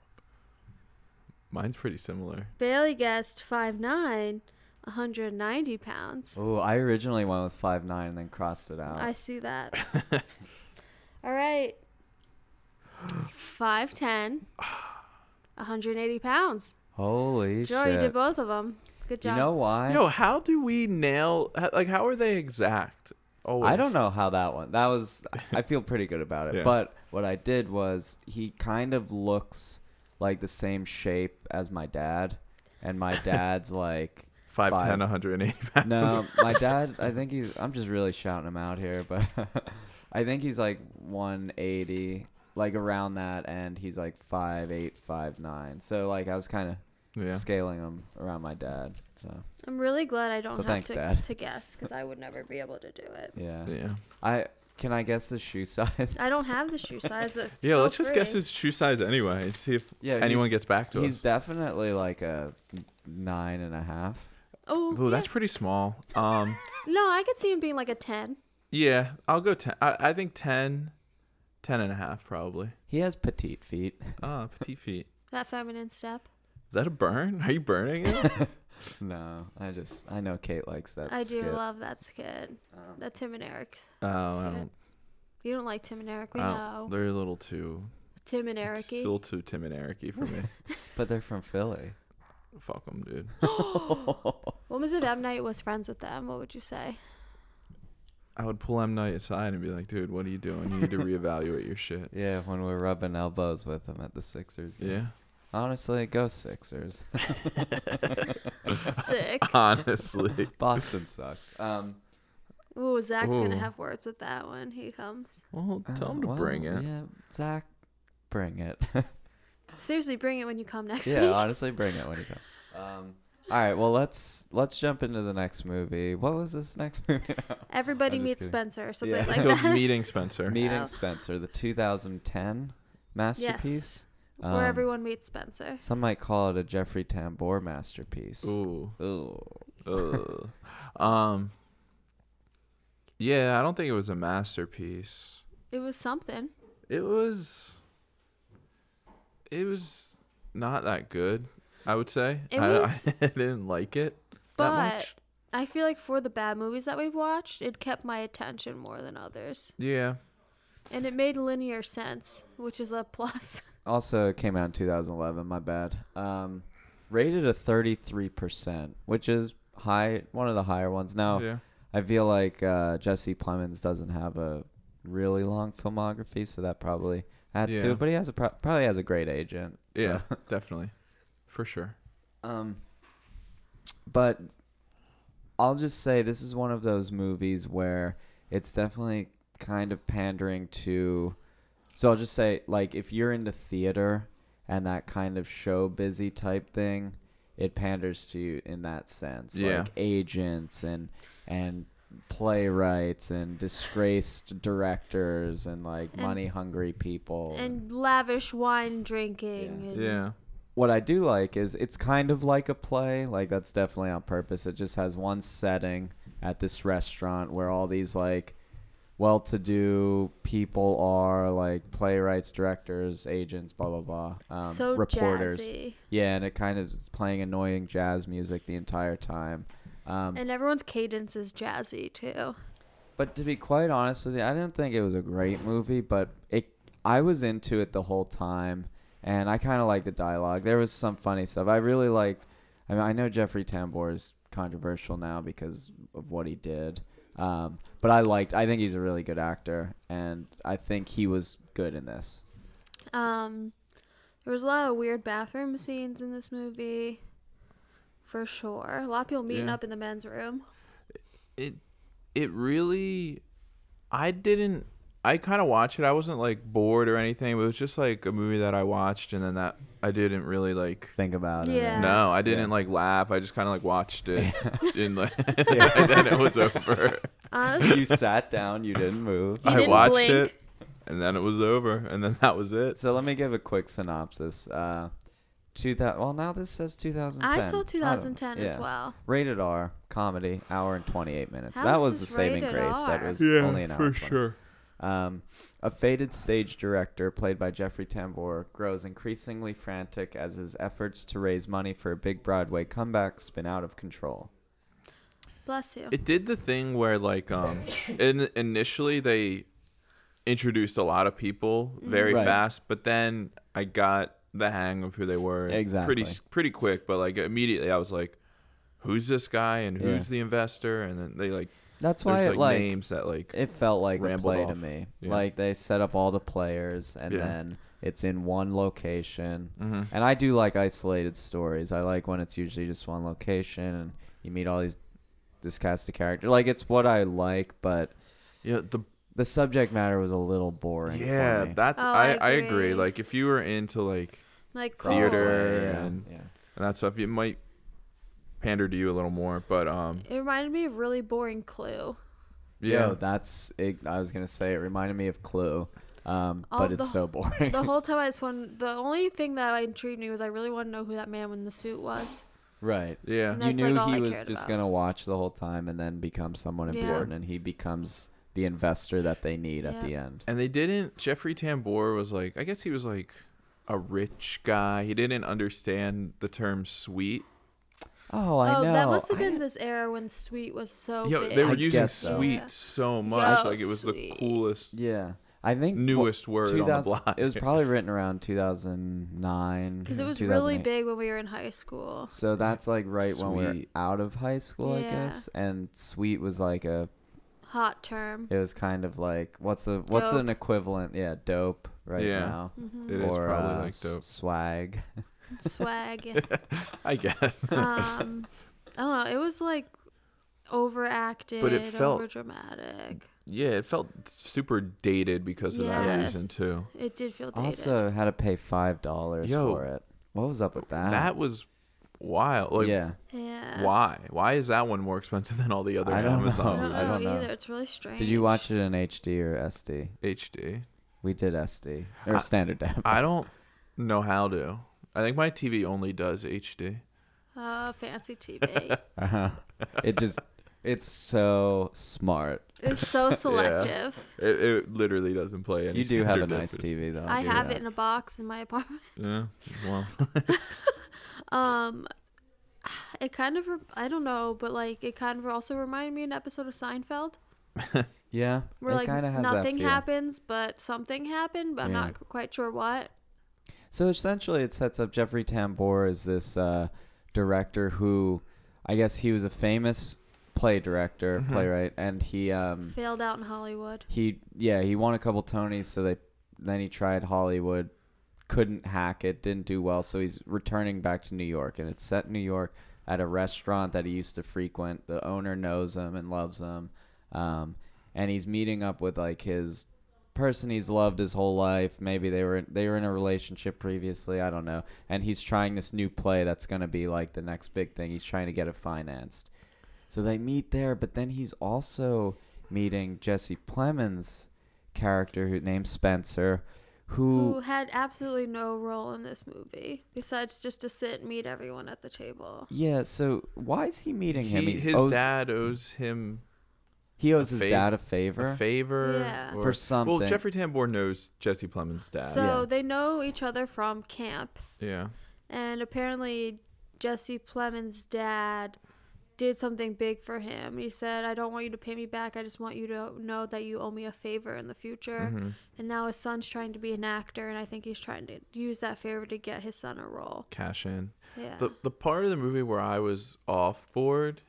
Mine's pretty similar.
Bailey guessed 5'9, 190 pounds.
Ooh, I originally went with five nine and then crossed it out.
I see that. All right. 5'10, 180 pounds.
Holy
Joe, you
shit!
did both of them. Good
you
job.
know why?
Yo, how do we nail? h- Like, how are they exact? Oh,
I don't know how that one. That was. I feel pretty good about it.
Yeah.
But what I did was he kind of looks like the same shape as my dad, and my dad's like
5'10", 180 pounds.
No, my dad. I think he's. I'm just really shouting him out here, but I think he's like 180, like around that, and he's like five eight, five nine. So like I was kind of
Yeah.
scaling him around my dad. So
I'm really glad I don't
So
have
thanks,
to,
Dad.
to guess because I would never be able to do it.
yeah,
Yeah.
I can I guess his shoe size.
I don't have the shoe size, but
Yeah,
feel
let's just guess
free.
his shoe size anyway and see if
Yeah, he's-
anyone gets back to
He's
us.
definitely like a nine and a half.
Oh,
Ooh,
yeah.
that's pretty small. Um,
no, I could see him being like a 10.
yeah, I'll go 10. I, I think 10, 10 and a half probably.
He has petite feet.
Ah, petite feet.
That feminine step.
Is that a burn? Are you burning it?
No, I just I know Kate likes that.
I do
skit.
love that skit.
Um,
That Tim and Eric's.
Oh, I
Skip.
don't,
You don't like Tim and Eric, we
I
know.
don't, they're a little too,
Tim and
it's
Eric.
a little too Tim and Eric-y for me.
but they're from Philly.
Fuck them, dude.
What was if M Night was friends with them? What would you say?
I would pull M Night aside and be like, dude, what are you doing? You need to reevaluate your shit.
Yeah, when we're rubbing elbows with them at the Sixers game.
Yeah.
Honestly, go Sixers.
Sick.
Honestly.
Boston sucks. Um,
Ooh, Zach's gonna
Ooh.
have words with that when he comes.
Well, tell
uh,
him to bring
well,
it.
Yeah, Zach, bring it.
Seriously, bring it when you come next
yeah,
week.
honestly, bring it when you come. Um, all right, well let's let's jump into the next movie. What was this next movie?
Everybody
I'm just
meets
kidding.
Spencer or something
Yeah.
like
so
that.
meeting Spencer.
Meeting
Oh.
Spencer, the 2010 masterpiece. Um,
Where everyone meets Spencer.
Some might call it a Jeffrey Tambor masterpiece.
Ooh.
Ooh.
Ugh. um. Yeah, I don't think it was a masterpiece.
It was something.
It was. It was not that good. I would say
It
I,
was-
I didn't like it that
But
much.
I feel like for the bad movies that we've watched, it kept my attention more than others.
Yeah,
And it made linear sense, which is a plus.
Also it came out in 2011. My bad. Um, rated a 33 percent, which is high, one of the higher ones. Now
yeah.
I feel like uh, Jesse Plemons doesn't have a really long filmography, so that probably adds to
Yeah.
it. But he has a pro- probably has a great agent. so-
Yeah, definitely, for sure.
Um, but I'll just say this is one of those movies where it's definitely kind of pandering to. So I'll just say, like, if you're into theater and that kind of show busy type thing, it panders to you in that sense.
Yeah.
Like agents and and playwrights and disgraced directors and like
And-
money hungry people.
and lavish wine drinking.
Yeah.
And
Yeah,
what I do like is it's kind of like a play. Like that's definitely on purpose. It just has one setting at this restaurant where all these like well-to-do people are like playwrights, directors, agents, blah blah blah, um,
so
reporters.
jazzy.
Yeah, and it kind of is playing annoying jazz music the entire time. Um,
And everyone's cadence is jazzy too.
but to be quite honest with you, I didn't think it was a great movie, but it I was into it the whole time and I kind of liked the dialogue. There was some funny stuff. I really like I mean I know Jeffrey Tambor is controversial now because of what he did. Um, but I liked I think he's a really good actor and I think he was good in this.
Um, there was a lot of weird bathroom scenes in this movie, for sure. A lot of people meeting
Yeah.
up in the men's room.
it really. I didn't I kind of watched it. I wasn't like bored or anything, but it was just like a movie that I watched and then that I didn't really like.
Think about it.
Yeah.
No, I didn't
Yeah.
like laugh. I just kind of like watched it and, like,
Yeah.
and then it was over.
Honestly,
you sat down. You didn't move.
You
I
didn't
watched
blink.
it and then it was over and then that was it.
So let me give a quick synopsis. Uh, two thousand. Well, now this says 2010.
I saw
don't-
2010 as
Oh, yeah.
well.
Rated R comedy, hour and 28 minutes.
How
that
is
was the
this
saving
rated
grace. That
R?
was only an hour. and 20. Um, a faded stage director played by Jeffrey Tambor grows increasingly frantic as his efforts to raise money for a big Broadway comeback spin out of control.
Bless you.
It did the thing where like um in, initially they introduced a lot of people very
Right.
fast, but then I got the hang of who they were pretty
Exactly.
s- pretty quick, but like immediately I was like who's this guy and
Yeah.
who's the investor and then they like
That's why
there's
it
like,
like
names that like
it felt like a
rambled
play to
off.
me.
Yeah.
Like they set up all the players and
Yeah.
then it's in one location.
mhm.
And I do like isolated stories. I like when it's usually just one location and you meet all these this cast of characters. Like it's what I like, but
yeah the
the subject matter was a little boring. for
yeah
me.
that's
Oh,
I,
I
I agree
agree.
like if you were into like
Like cool.
Broadway,
theater
yeah,
and-
yeah.
that stuff it might pander to you a little more but um
It reminded me of really boring Clue.
yeah
Yo, that's. It, I was gonna say it reminded me of Clue, um,
Oh,
but it's
the-
so boring.
The whole time I just wanted. The only thing that intrigued me was I really want to know who that man in the suit was.
right.
yeah
That's,
you
like,
knew
all
he
I
was
cared
just
about.
gonna watch the whole time and then become someone
Yeah.
important, and he becomes the investor that they need at
Yeah.
the end.
And they didn't. Jeffrey Tambor was like, I guess he was like a rich guy. He didn't understand the term sweet.
Oh, I know.
that must have
I-
been this era when Sweet was so
Yo,
big.
they were
I
using
guess so.
sweet
Yeah.
so much.
Oh, Yo,
like it was
sweet.
the coolest,
Yeah, I think wh-
newest word on the
2000
block.
It was probably written around 2009.
Because it was really
2008.
big when we were in high school.
So that's like right when we we're
Sweet.
out of high school, I
Yeah.
guess. And sweet was like a
Hot term.
It was kind of like what's a what's
Dope.
an equivalent? Yeah, dope right
Yeah.
now.
hmm
It is
or
probably
uh,
like
s-
dope.
swag.
Swag.
I guess.
um, I don't know. It was like overacted,
But it felt-
over dramatic.
yeah, it felt super dated because of that reason
Yes.
too.
It did feel dated.
also had to pay five dollars
Yo.
for it. What was up with that?
That was wild. Like,
yeah,
yeah.
why? Why is that one more expensive than all the other
I don't
I
Amazon
don't know,
I
movies?
don't know.
either. It's really strange.
did you watch it in HD or SD?
HD.
We did SD or
I-
standard def.
I don't know how to. I think my TV only does HD.
Oh, fancy TV.
Uh-huh. It just it's so smart.
it's so selective.
It, it literally doesn't play any.
you do have a
standard
nice
definition.
TV though.
I
do
have
that.
it in a box in my apartment.
Yeah. Well,
Um, it kind of re- I don't know, but like it kind of also reminded me of an episode of Seinfeld
Yeah,
where
it
like
kind of has
nothing
that feel.
happens, but something happened, but I'm
Yeah.
not c- quite sure what.
So essentially, it sets up Jeffrey Tambor as this uh, director who, I guess, he was a famous play director,
Mhm.
playwright, and he, um,
Failed out in Hollywood.
he, yeah, he won a couple Tonys. So they, then he tried Hollywood, couldn't hack it, didn't do well. So he's returning back to New York, and it's set in New York at a restaurant that he used to frequent. The owner knows him and loves him, um, and he's meeting up with like his person he's loved his whole life. Maybe they were they were in a relationship previously. I don't know. And he's trying this new play that's gonna be like the next big thing. He's trying to get it financed. So they meet there, but then he's also meeting Jesse Plemons' character, who named Spencer,
Who
who
had absolutely no role in this movie besides just to sit and meet everyone at the table.
yeah. So why is he meeting him?
he,
He's
his
owes-
dad owes him
He owes his
fav-
dad a favor.
a favor
Yeah.
or-
For something.
Well, Jeffrey Tambor knows Jesse Plemons' dad.
So
Yeah.
they know each other from camp,
yeah.
and apparently Jesse Plemons' dad did something big for him. He said, "I don't want you to pay me back. I just want you to know that you owe me a favor in the future."
Mhm.
And now his son's trying to be an actor, and I think he's trying to use that favor to get his son a role.
Cash in.
Yeah.
The the part of the movie where I was off board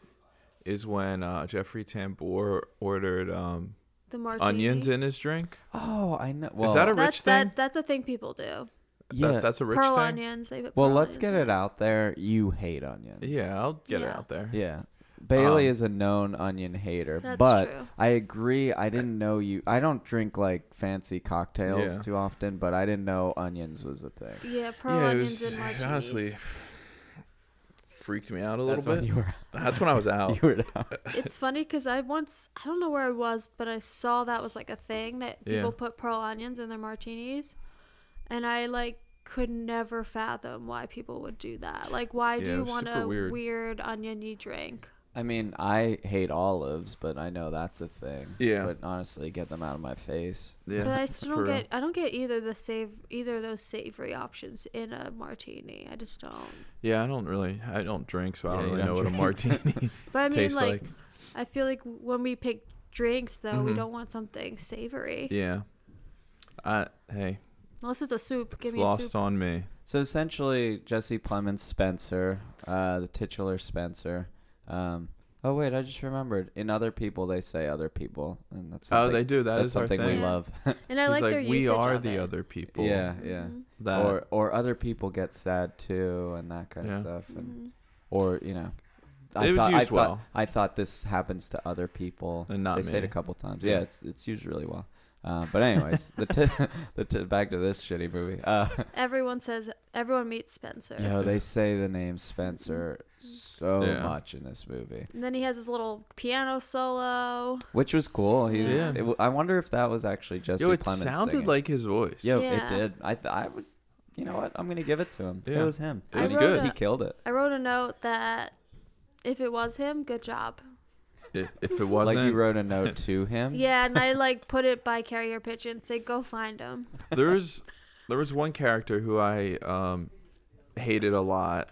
is when uh, Jeffrey Tambor ordered um,
The martini.
onions in his drink.
oh, I know. Well,
is that a
That's
rich thing?
that. That's a thing people do.
yeah.
That, that's a rich
Pearl
thing.
onions. They put
well,
pearl
let's
onions
get
in
it out there. You hate onions.
Yeah, I'll get it
Yeah.
out there.
Yeah. Bailey
Um,
is a known onion hater,
That's
but
true.
I agree. I didn't know you. I don't drink like fancy cocktails
Yeah.
too often, but I didn't know onions was a thing.
Yeah, pearl
yeah, it
onions
was
and
it
martinis.
honestly freaked me out a little
That's
bit. Oh.
when you were
That's when I was out.
you were down.
it's funny because I once I don't know where I was, but I saw that was like a thing that
Yeah.
people put pearl onions in their martinis, and I like could never fathom why people would do that. Like, why do
Yeah, it
you
was
want
super
a
weird.
weird, oniony drink?
I mean, I hate olives, but I know that's a thing.
Yeah.
But honestly, get them out of my face.
But
Yeah.
I still
for
don't
real.
get I don't get either the save either of those savory options in a martini. I just don't.
Yeah, I don't really I don't drink, so I
Yeah,
don't
you
really know
don't
what a martini
But I mean,
tastes
like,
like.
I feel like when we pick drinks though, we
Mhm.
don't want something savory
Yeah. I hey,
unless it's a soup. Give
it's
me a
lost
soup.
on me.
So essentially, Jesse Plemons Spencer, uh, the titular Spencer. Um, oh wait, I just remembered. In other people, they say other people, and that's
Oh,
something-
they do. That
that's
is
something
our
we
thing.
Yeah.
love.
And I
He's
like,
like,
their
we
usage
are
of
the
it.
other people.
yeah, yeah.
Mhm.
That
Or or other people get sad too, and that kind
Yeah.
of stuff. And
Mhm.
or you know, I
It was
thought I
used
thought,
well.
I thought this happens to other people.
And not
they say it
me.
a couple times.
Yeah.
Yeah, it's it's used really well. Uh, but anyways, the t- the t- back to this shitty movie. Uh,
Everyone says everyone meets Spencer.
yo, they say the name Spencer so
Yeah.
much in this movie,
And then he has his little piano solo.
which was cool. He was,
Yeah.
it w- I wonder if that was actually Jesse
Yo, it
Plemons
sounded
singing.
like his voice.
Yo,
Yeah.
it did. I th- I would. You know what? I'm gonna give it to him.
Yeah.
It was him.
It
He-
was
wrote
good.
a-
He killed it.
I wrote a note that if it was him, good job.
I- If it wasn't,
like you wrote a note to him.
Yeah, and I like put it by carrier pigeon and say, go find him.
there was there was one character who I um hated a lot.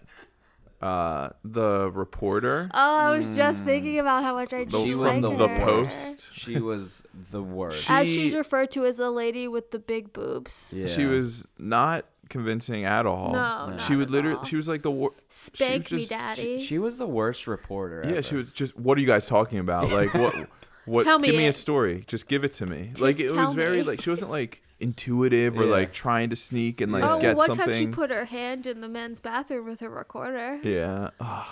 Uh, the reporter.
Oh, I was just thinking about how much I
The,
didn't
she was
like
the,
the
her.
post.
She was the worst.
As she's
She-
referred to as the lady with the big boobs.
Yeah.
She was not convincing at all.
No,
No.
no.
she would literally. She was like the. Wor-
spank
just- she-
me, daddy.
She was the worst reporter.
yeah,
ever.
she was just. What are you guys talking about? Like what? What?
Tell me
give me a
it.
story. Just give it to me. like it
tell
was very
me.
like she wasn't like intuitive or
Yeah.
like trying to sneak and like
oh,
get
one
something.
time she put her hand in the men's bathroom with her recorder.
yeah. Ugh.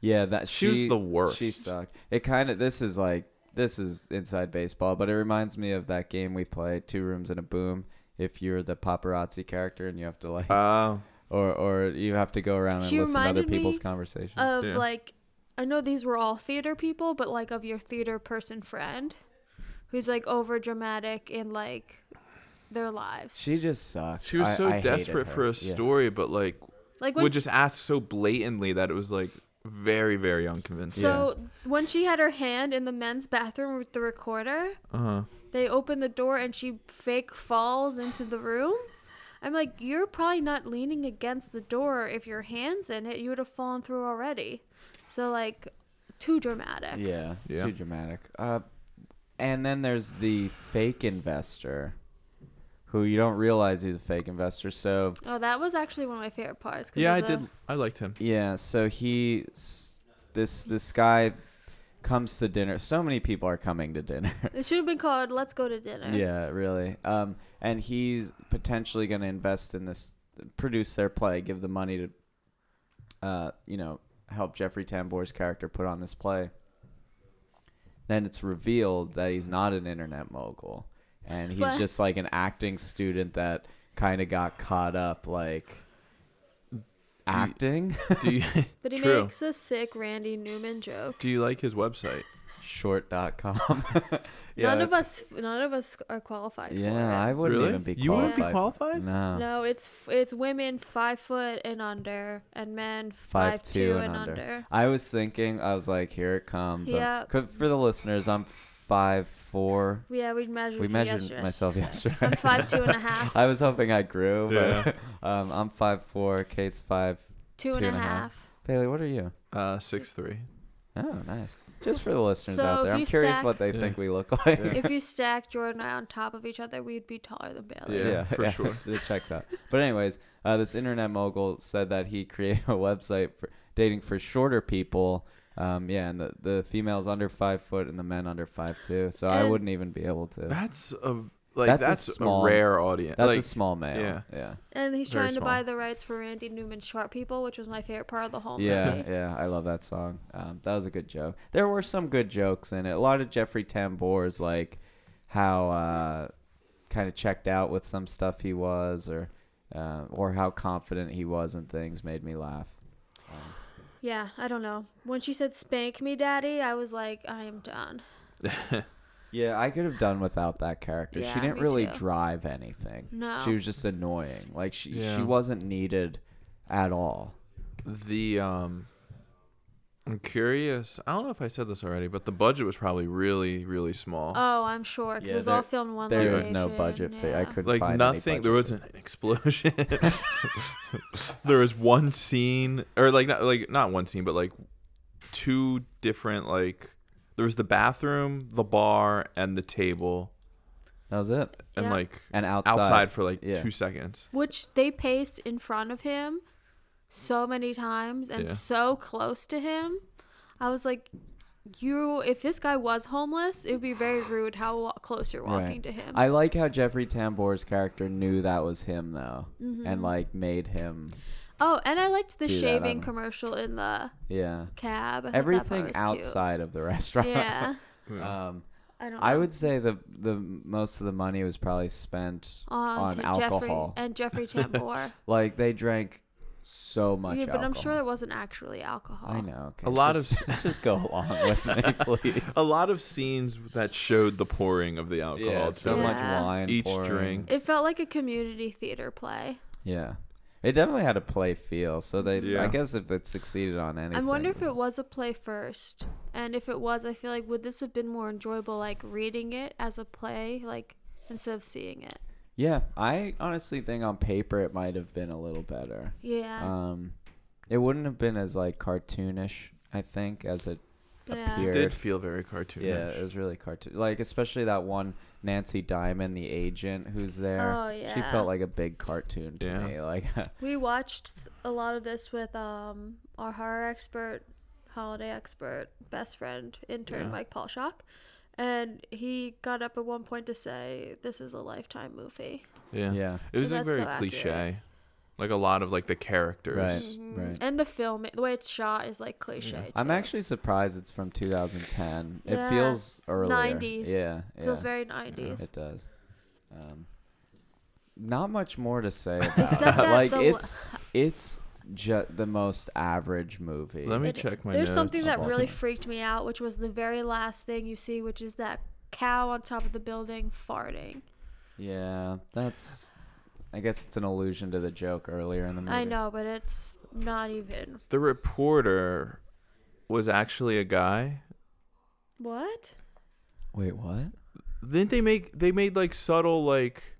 Yeah, that
She
she,
was the worst.
She sucked. It kind of this is like this is inside baseball, but it reminds me of that game we play, Two Rooms and a Boom. If you're the paparazzi character and you have to like,
Oh.
or or you have to go around and
She
listen to other
reminded me
people's conversations.
of
Yeah.
like I know these were all theater people, but like of your theater person friend who's like over dramatic in like their lives.
she just sucked.
She was
I-
so
I hated
desperate for
her.
a
Yeah.
story, but like
like when
would just ask so blatantly that it was like very, very unconvincing.
so when she had her hand in the men's bathroom with the recorder,
Uh huh.
they open the door and she fake falls into the room. I'm like, you're probably not leaning against the door if your hands in it, you would have fallen through already. So like too dramatic.
Yeah,
Yeah.
too dramatic. Uh, and then there's the fake investor, who you don't realize he's a fake investor. So
Oh, that was actually one of my favorite parts. 'cause
Yeah, I
of the-
did. I liked him.
yeah, so he, s- this this guy, comes to dinner. So many people are coming to dinner.
It should have been called "Let's Go to Dinner."
yeah, really. Um, and he's potentially going to invest in this, produce their play, give the money to, uh, you know, help Jeffrey Tambor's character put on this play. Then it's revealed that he's not an internet mogul, and he's
What?
just like an acting student that kind of got caught up like acting.
Do you
But he
True.
makes a sick Randy Newman joke.
do you like his website?
Short.com. yeah,
none of
it's-
us, none of us are qualified. for
Yeah,
it.
I uh. wouldn't
Really?
even be qualified.
You wouldn't be
for-
qualified?
No.
No, it's f- it's women five foot and under, and men five, two, and, under.
I was thinking, I was like, here it comes. I'm-
Yeah.
co- for the listeners, I'm five four.
Yeah, we measured.
We
you
measured
yesterday.
myself yesterday.
I'm five two and a half,
I was hoping I grew, but um, I'm five four. Kate's five.
two and a half.
Bailey, what are you?
Uh, six three.
Oh, nice. Just for the listeners
So
out there,
if
I'm
you
curious
stack-
what they
Yeah.
think we look like.
Yeah.
If you stack Jordan and I on top of each other, we'd be taller than Bailey.
Yeah, for sure.
it checks out. But anyways, uh, this internet mogul said that he created a website for dating for shorter people. Um, yeah, and the, the females under five foot and the men under five two. So I
And-
wouldn't even be able to.
That's a Like
That's
that's,
a small-
a rare audience.
That's a
Like,
small male. Yeah.
yeah.
Yeah.
And he's
Very
trying to buy
small.
the rights for Randy Newman's Short People, which was my favorite part of the whole
Yeah,
movie.
yeah, I love that song. Um, that was a good joke. There were some good jokes in it. A lot of Jeffrey Tambor's, like how uh, kind of checked out with some stuff he was, or uh, or how confident he was in things, made me laugh. Um,
Yeah, I don't know. When she said "spank me, daddy," I was like, I am done.
yeah, I could have done without that character.
Yeah,
she didn't
me
really
too.
drive anything.
No.
She was just annoying. Like she she
Yeah.
wasn't needed at all.
the um I'm curious. I don't know if I said this already, but the budget was probably really, really small.
Uh,
Oh, I'm sure because
Yeah,
it was
there-
all filmed one.
There
location.
was no budget.
Yeah.
Fi- I couldn't
like
find
nothing.
Any
There
budget
wasn't an explosion. there was one scene, or like not like not one scene, but like two different like. There was the bathroom, the bar, and the table,
That was it.
and
Yeah.
like
And outside,
outside, for like
Yeah.
two seconds.
which they paced in front of him so many times and
Yeah.
so close to him. I was like, you. If this guy was homeless, it would be very rude how wa- close you're walking
Right.
to him.
I like how Jeffrey Tambor's character knew that was him though,
Mm-hmm.
and like made him.
oh, and I liked the
Do that, I
shaving
don't-
commercial in the
Yeah,
cab. I thought that part
everything
was cute.
outside of the restaurant.
Yeah,
um,
I don't. Know.
I would say the the most of the money was probably spent
on,
on
to
alcohol.
Jeffrey and Jeffrey Tambor.
Like they drank so much.
yeah, but I'm sure
alcohol.
there wasn't actually alcohol.
I know. okay,
A lot of
just, of just go along with me, please.
A lot of scenes that showed the pouring of the alcohol.
yeah, so
too.
much
Yeah.
wine.
Each
pouring.
drink.
It felt like a community theater play.
Yeah. It definitely had a play feel, so they. I
Yeah.
guess if it succeeded on anything.
I wonder if
was-
it was a play first, and if it was, I feel like would this have been more enjoyable, like reading it as a play, like instead of seeing it.
Yeah, I honestly think on paper it might have been a little better.
Yeah,
Um, it wouldn't have been as like cartoonish, I think, as it
yeah.
It
appeared.
did feel very cartoonish.
yeah, it was really cartoon. Like especially that one Nancy Diamond, the agent who's there.
Oh,
She
yeah.
felt like a big cartoon to
Yeah.
me. Like
We watched s- a lot of this with um our horror expert, holiday expert, best friend, intern
Yeah.
Mike Paulshock, and he got up at one point to say, "This is a lifetime movie."
yeah.
yeah,
It was like
That's
very
so accurate.
cliche. Like a lot of like the characters.
right, right.
And the film, the way it's shot, is like cliche.
I'm
too.
actually surprised it's from 2010. It
Yeah.
feels earlier.
90s.
Yeah, yeah.
feels very 90s.
It does. Um, not much more to say about
Except
it.
that
Like
the l-
it's it's ju- the most average movie.
Let me
It-
check my
There's
notes.
something that
about
really
that.
freaked me out, which was the very last thing you see, which is that cow on top of the building farting.
yeah, that's. I guess it's an allusion to the joke earlier in the movie.
Mm.
I know, but it's not even.
the reporter was actually a guy.
What?
Wait, what?
Didn't they make they made like subtle like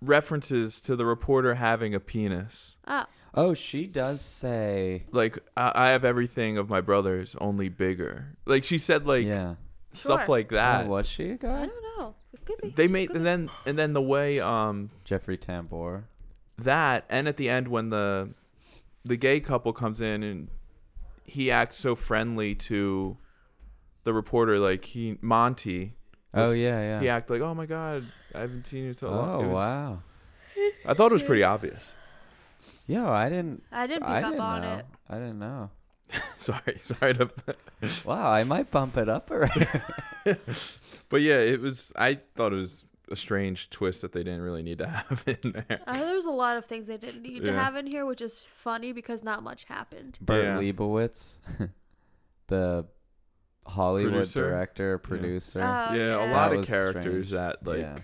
references to the reporter having a penis?
Oh,
Oh, she does say.
Like I, I have everything of my brothers, only bigger. Like she said like
yeah.
stuff
Sure.
like that.
Oh, was she a
I
guy?
don't know. It could be.
They
It
made
could
and
be.
then and then the way um
Jeffrey Tambor.
that and at the end when the the gay couple comes in and he acts so friendly to the reporter like he Monty
Oh
was-
yeah, yeah.
he act like oh my god I haven't seen you in so long
Oh
It was-
wow.
I thought it was pretty obvious
Yo, I didn't.
I didn't pick
I
up
didn't
on
know.
it.
I didn't know.
sorry sorry to
Wow, I might bump it up already.
but yeah it was I thought it was a strange twist that they didn't really need to have in there
Uh, there's a lot of things they didn't need to
Yeah.
have in here, which is funny because not much happened.
Bert
Yeah.
Leibowitz, the Hollywood
Producer?
director, producer.
Oh,
yeah, a
yeah.
lot
That
of
was
characters
strange.
that like
Yeah.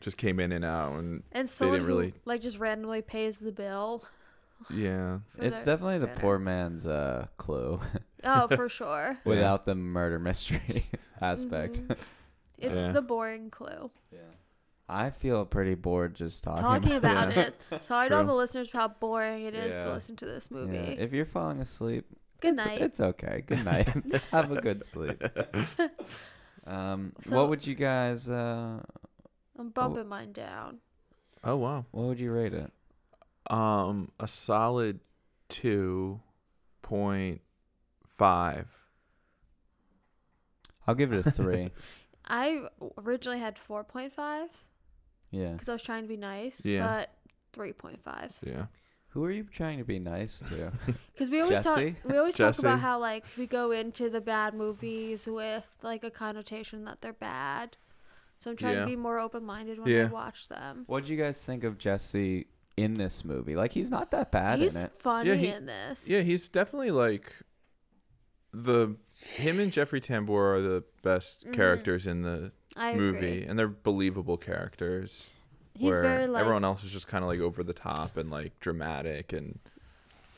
just came in and out and
And someone who
really-
like just randomly pays the bill.
yeah
for
it's
their-
definitely the
better.
poor man's uh, clue
oh for sure.
without the murder mystery aspect.
Mhm. It's
Yeah.
the boring clue.
Yeah. I feel pretty bored just talking,
talking
about
about
Yeah.
it. Sorry to all
True.
the listeners for how boring it is to
Yeah.
listen to this
Yeah,
movie.
If you're falling asleep,
Good
it's,
night.
it's okay. Good night. Have a good sleep. Um, what
So-
would you guys? Uh,
I'm bumping mine down.
oh wow
what would you rate it?
Um, a solid two point five.
I'll give it a three.
I originally had 4.5
Yeah.
because I was trying to be nice,
Yeah.
but 3.5
Yeah.
Who are you trying to be nice to?
because we always
Jesse?
talk we always talk about
Jesse?
how like we go into the bad movies with like a connotation that they're bad. So I'm trying
Yeah.
to be more open minded when
Yeah.
I watch them.
what do you guys think of Jesse in this movie? Like he's not that bad
He's
in it.
funny
he-
in this.
Yeah, he's definitely like the him and Jeffrey Tambor are the best
Mhm.
characters in the
I agree.
movie, and they're believable characters.
He's
where
very like
everyone else is just kind of like over the top and like dramatic and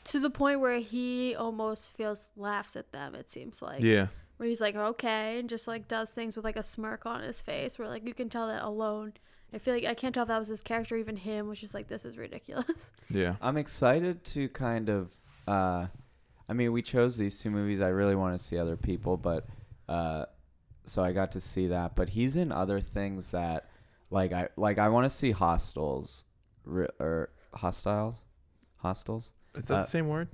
to the point where he almost feels laughs at them. It seems like
yeah,
where he's like okay and just like does things with like a smirk on his face where like you can tell that alone i feel like i can't tell if that was his character or even him was just like this is ridiculous
yeah,
I'm excited to kind of. Uh, I mean, we chose these two movies. I really want to see other people, but uh, so I got to see that. But he's in other things that, like I like. I want to see Hostels, re- or Hostiles, Hostels.
is that
Uh,
the same word?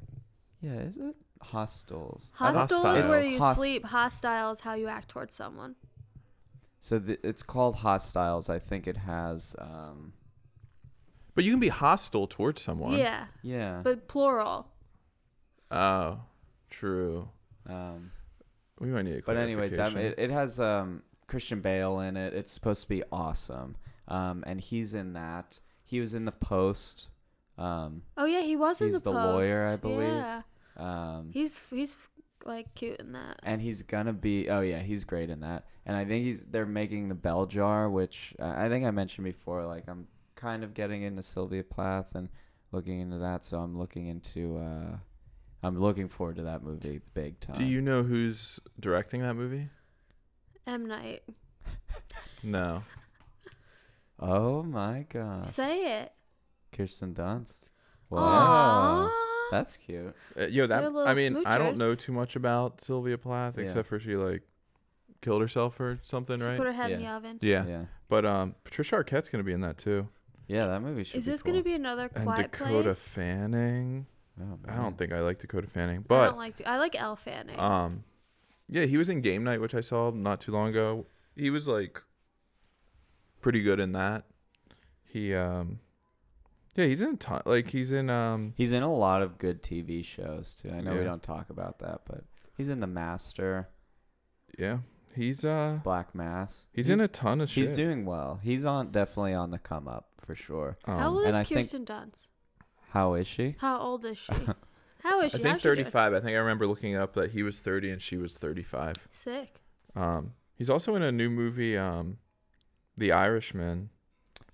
Yeah, is it Hostels?
I thought
hostile is where
hostile.
you
Host-
sleep hostile is how you act towards someone
So th- it's called Hostiles. I think it has. Um,
But you can be hostile towards someone.
yeah
yeah.
but plural
Oh, true.
um,
We might need. A
But anyways, um,
clarification.
it, it has um, Christian Bale in it. It's supposed to be awesome, um, and he's in that. He was in the Post. Um,
oh yeah he was in
He's
the,
the lawyer,
Post.
I believe.
yeah
um,
he's he's like cute in that
and he's gonna be. Oh yeah, he's great in that. And I think he's. They're making the Bell Jar, which uh, I think I mentioned before. Like I'm kind of getting into Sylvia Plath and looking into that. So I'm looking into. Uh, I'm looking forward to that movie big time.
do you know who's directing that movie?
m night
No.
Oh my God,
say it
Kirsten Dunst.
Aww.
Wow, that's cute.
Uh, yo, that
They're little
I mean, I don't know
smoochers.
too much about Sylvia Plath
Yeah.
except for she like killed herself or something,
she
right?
put her head in the
Yeah.
oven
yeah.
Yeah.
But um, Patricia Arquette's gonna be in that too,
Yeah, that movie should
is
be
this
cool.
gonna be another
and
quiet
Dakota
place
Fanning.
Oh,
I
man.
don't think I like Dakota Fanning,
i
but
don't like i like l fanning
um, yeah, he was in Game Night, which I saw not too long ago. He was like pretty good in that. He um, yeah, he's in ton- like he's in um,
He's in a lot of good TV shows too. I know we
Yeah.
don't talk about that, but he's in The Master,
yeah, he's uh,
Black Mass.
he's, in a ton of shit.
He's doing well. He's on definitely on the come up for sure.
um,
how old is
and I think-
kirsten dunst
How is she?
How old is she? How is
I
she?
think
How's she doing?
35. I think I remember looking up that he was 30 and she was 35.
Sick.
Um, he's also in a new movie, um, The Irishman,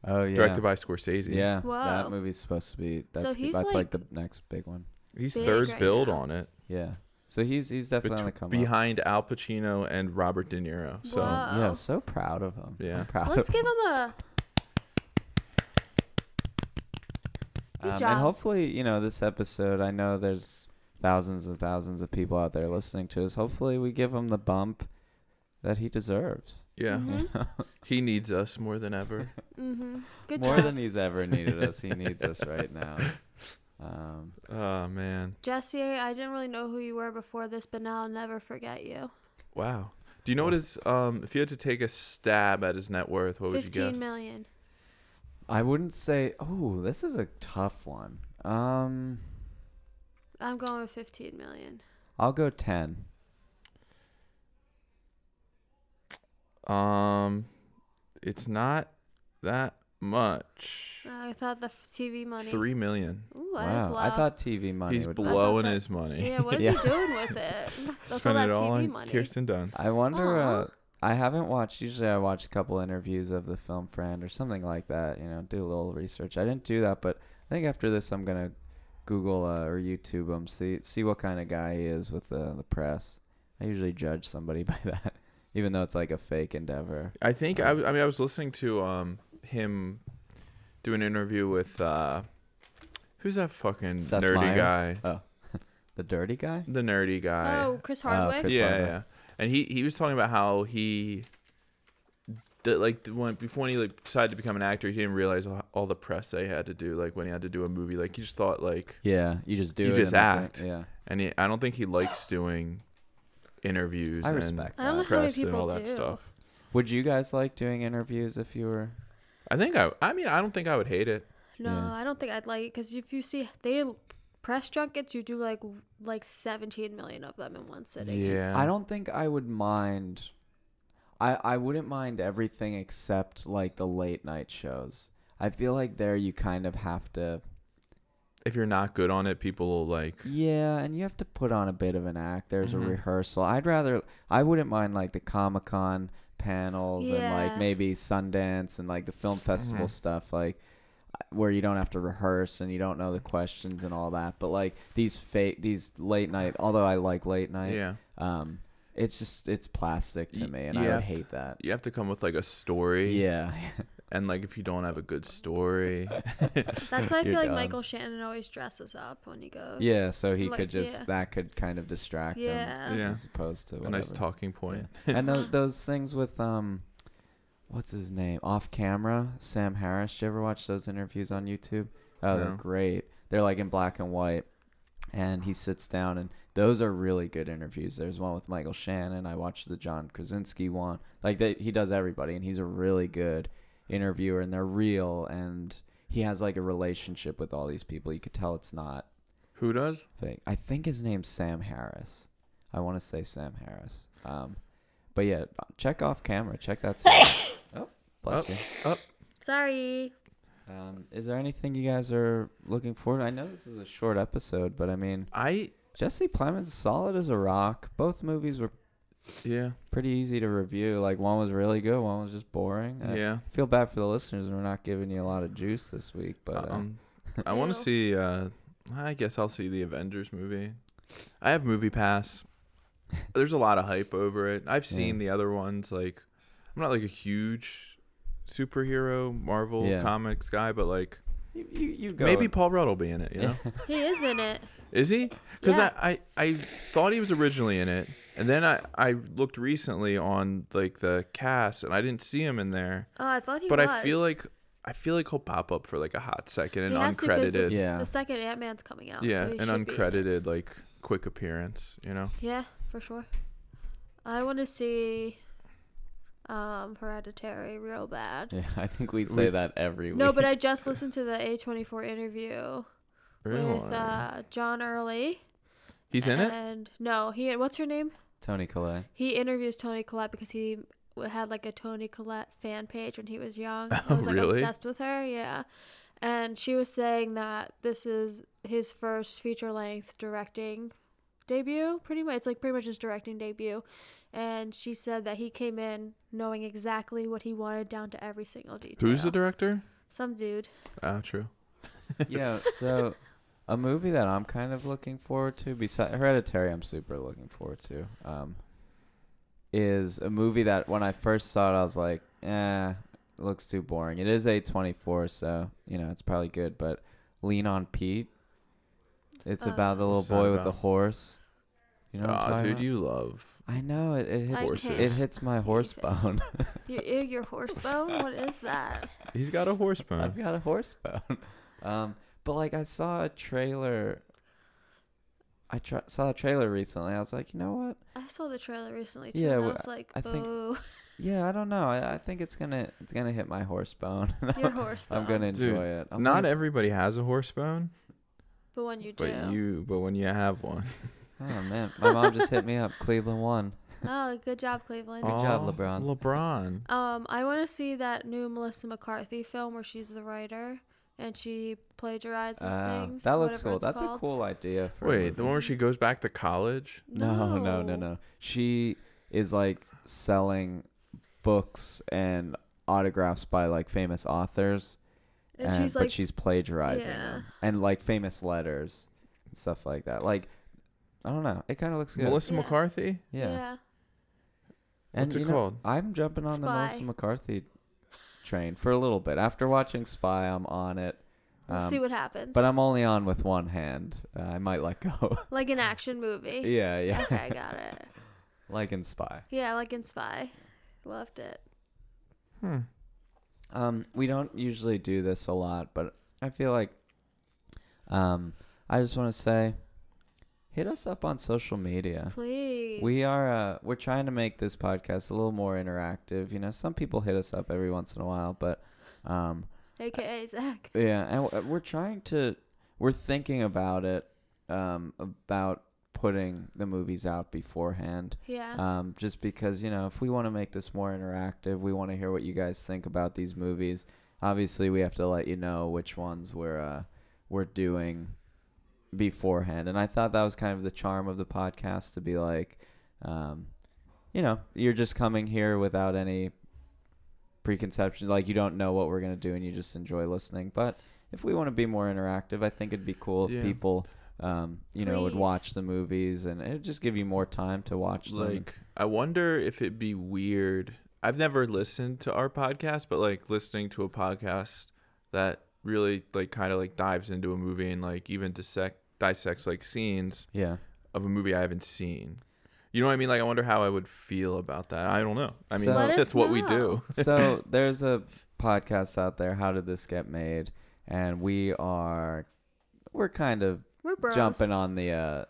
Oh yeah.
directed by Scorsese.
Yeah.
Wow.
That movie's supposed to be that's g-
he's,
that's
like,
like, the next big one.
he's
Big
third
right
build
now.
on it,
Yeah. So he's he's definitely on the
bet-
come up.
behind Al Pacino and Robert De Niro. So
Wow.
Yeah,
Oh.
so proud of him.
Yeah.
I'm proud of
Let's give him a. Good
Um,
job.
And hopefully, you know, this episode, I know there's thousands and thousands of people out there listening to us. Hopefully, we give him the bump that he deserves.
yeah,
Mhm.
he needs us more than ever.
Mhm. Good
More
job,
than he's ever needed us. He needs us right now. Um,
oh man,
Jesse. I didn't really know who you were before this, but now I'll never forget you.
wow. Do you know what his um? If you had to take a stab at his net worth, what would you guess?
Fifteen million.
I wouldn't say, oh, this is a tough one. Um,
I'm going with fifteen million.
I'll go 10.
Um, it's not that much.
Uh, I thought the f- TV money.
Three million.
Ooh, I was
Wow.
low.
I thought TV money
He's
would
I thought
blowing
that-
his money.
Yeah, what is
Yeah.
he doing with it? That's all
Spending
that
it all
TV
on
money.
Kirsten Dunst.
I wonder.
Aw.
Uh, I haven't watched. Usually, I watch a couple interviews of the film friend or something like that. You know, do a little research. I didn't do that, but I think after this, I'm gonna Google uh, or YouTube him. See see what kind of guy he is with the the press. I usually judge somebody by that, even though it's like a fake endeavor.
I think I, w- I mean I was listening to um him do an interview with uh who's that fucking
Seth
nerdy
Meyers?
guy?
The dirty guy.
The nerdy guy.
Oh, Chris Hardwick.
Chris-
yeah,
Hardwick.
yeah. And he he was talking about how he did, like d- when before he like decided to become an actor, he didn't realize all, all the press they had to do like when he had to do a movie. Like he just thought like
Yeah, you just do
You
it.
just
and
act.
that's it. Yeah,
and he, I don't think he likes doing interviews
I
and
respect
I don't know
that.
how many
press and
people
all that
do.
stuff.
Would you guys like doing interviews if you were?
I think I. I mean, I don't think I would hate it.
No,
Yeah.
I don't think I'd like it because if you see they press junkets, you do like w- like seventeen million of them in one sitting.
Yeah.
I don't think I would mind. I I wouldn't mind everything except like the late night shows. I feel like there you kind of have to.
If you're not good on it, people will like.
Yeah, and you have to put on a bit of an act. There's
Mhm.
a rehearsal. I'd rather I wouldn't mind like the Comic Con panels and
Yeah.
like maybe Sundance and like the film festival
Mhm.
stuff like where you don't have to rehearse and you don't know the questions and all that. But like these fake these late night, although I like late night,
Yeah.
um it's just it's plastic to
Y-
me and
you
I
have
would
to-
hate that.
You have to come with like a story.
Yeah.
And like, if you don't have a good story,
That's why I
You're
feel like
done.
Michael Shannon always dresses up when he goes.
Yeah, so he
Like,
could just
yeah.
that could kind of distract
Yeah.
him
Yeah.
as opposed to
a
whatever.
nice talking point.
and those those things with um what's his name off camera sam harris you ever watch those interviews on youtube oh
No.
they're great they're like in black and white and he sits down and those are really good interviews there's one with michael shannon i watched the john krasinski one like they, he does everybody and he's a really good interviewer and they're real and he has like a relationship with all these people you could tell it's not
Who does?
thing. I think his name's Sam Harris. I want to say Sam Harris. Um, but yeah, check off camera. Check that. stuff. oh, bless
Oh.
you.
Sorry.
Um, is there anything you guys are looking forward? I know this is a short episode, but I mean,
I.
Jesse Plemons solid as a rock. Both movies were
Yeah.
pretty easy to review. Like one was really good, one was just boring. I
Yeah.
feel bad for the listeners. We're not giving you a lot of juice this week, but uh,
Um, I want
Ew.
to see. Uh, I guess I'll see the Avengers movie. I have Movie Pass. There's a lot of hype over it. I've seen
Yeah.
the other ones. Like, I'm not like a huge superhero Marvel
Yeah.
comics guy, but like
you, you, you go.
maybe Paul Rudd will be in it. You know,
He is in it.
is he? Because
Yeah.
I, I I thought he was originally in it, and then I I looked recently on like the cast, and I didn't see him in there.
Oh, I thought he
But
was.
I feel like I feel like he'll pop up for like a hot second and
he has to 'cause
uncredited.
this-
Yeah.
The second Ant Man's coming out.
Yeah,
so he
an
should be in it.
uncredited like quick appearance, you know.
Yeah, for sure. I want to see um Hereditary real bad.
Yeah, I think we say that every
No,
week.
but I just listened to the A24 interview with
Really?
uh, John Early.
He's in it.
And no, he what's her name?
Tony Collette.
He interviews Tony Collette because he w- had like a Tony Collette fan page when he was young.
Oh,
I was like
really?
obsessed with her, yeah. And she was saying that this is his first feature length directing debut, pretty much. It's like pretty much his directing debut. And she said that he came in knowing exactly what he wanted down to every single detail.
Who's the director?
Some dude.
Ah, true.
yeah, so a movie that I'm kind of looking forward to, besides Hereditary, I'm super looking forward to, um, is a movie that when I first saw it, I was like, eh, it looks too boring. It is A24, so, you know, it's probably good, but Lean on Pete. It's about the
Uh,
little
What's that
boy with the
about?
horse. You know what I'm
Ah,
talking
dude,
about?
you love.
I know it, it
I
hits
can't.
it hits my horse
it.
bone.
You, ew, your horse bone? What is that?
He's got a horse
I've
bone.
got a horse bone. Um, but like I saw a trailer. I tra- saw a trailer recently. I was like, you know what?
I saw the trailer recently too.
Yeah,
and I
well,
was like,
I think-
boo,
Yeah, I don't know. I, I think it's gonna it's gonna hit my horse bone.
your horse bone.
I'm gonna enjoy
Dude,
it. I'm
Not
gonna,
everybody has a horse bone,
But when you do,
but you, but when you have one,
Oh man, my mom just hit me up. Cleveland won.
oh, good job, Cleveland.
Good job,
Aw,
LeBron.
LeBron.
Um, I want to see that new Melissa McCarthy film where she's the writer and she plagiarizes
Ah,
things.
that looks
whatever
cool.
it's
That's a
called.
cool idea. For a
Wait, the
movie.
one where she goes back to college?
No, no, no, no. She is like selling books and autographs by like famous authors.
And,
and-
she's like,
but she's plagiarizing
Yeah.
them and like famous letters and stuff like that. Like, I don't know. It kind of looks good.
Melissa
Yeah.
McCarthy?
yeah.
yeah.
And
What's it
you know,
called?
I'm jumping on the Melissa
Spy.
McCarthy train for a little bit. After watching Spy, I'm on it.
Let's
Um,
see what happens.
but I'm only on with one hand. Uh, I might let go.
like an action movie.
yeah, yeah.
Okay, I got it.
like in Spy.
Yeah, like in Spy. Loved it.
Hmm.
Um, we don't usually do this a lot, but I feel like um, I just want to say hit us up on social media.
Please.
Uh, We are uh, we're trying to make this podcast a little more interactive. You know, some people hit us up every once in a while, but um,
AKA Zach.
yeah, and w- we're trying to we're thinking about it um, about putting the movies out beforehand.
Yeah.
Um, just because you know, if we want to make this more interactive, we want to hear what you guys think about these movies. Obviously, we have to let you know which ones we're uh, we're doing beforehand, and I thought that was kind of the charm of the podcast to be like, um, you know, you're just coming here without any preconception, like you don't know what we're gonna do, and you just enjoy listening. But if we want to be more interactive, I think it'd be cool if
Yeah.
people. Um, you know, would
Please.
watch the movies and it'd just give you more time to watch them.
Like, I wonder if it'd be weird. I've never listened to our podcast, but like listening to a podcast that really like kind of like dives into a movie and like even dissect dissects like scenes
Yeah.
of a movie I haven't seen. You know what I mean? Like, I wonder how I would feel about that. I don't know. I mean,
So- Let
that's
us
what we do.
know.
So there's a podcast out there. How did this get made? And we are, we're kind of
We're bros.
jumping on the uh,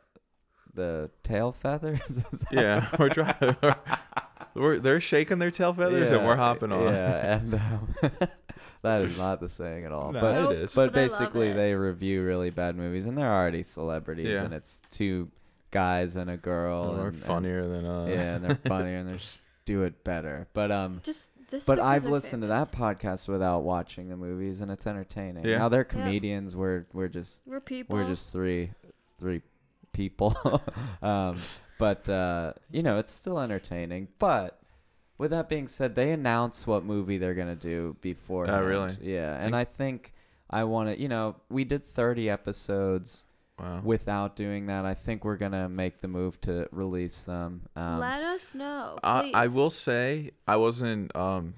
the tail feathers. Is that-
Yeah, we're trying. We're, they're shaking their tail feathers and
Yeah,
we're hopping on.
Yeah, and um, that is not the saying at all.
No,
but
Nope,
it is.
but
I love
basically
it.
they review really bad movies, and they're already celebrities,
Yeah.
and it's two guys and a girl.
They're
and, and-
funnier than us.
yeah, and they're funnier, and they're just do it better. But um,
Just this.
But I've listened to that podcast without watching the movies, and it's entertaining.
Yeah.
Now they're
Yeah.
comedians. We're we're just
We're people.
we're just three three people. um, but uh, you know, it's still entertaining. But with that being said, they announce what movie they're gonna do before.
Oh, really?
Yeah, and I think I want to. You know, we did thirty episodes
Wow.
without doing that. I think we're gonna make the move to release them. Um,
Let us know.
I, I
please.
will say I wasn't um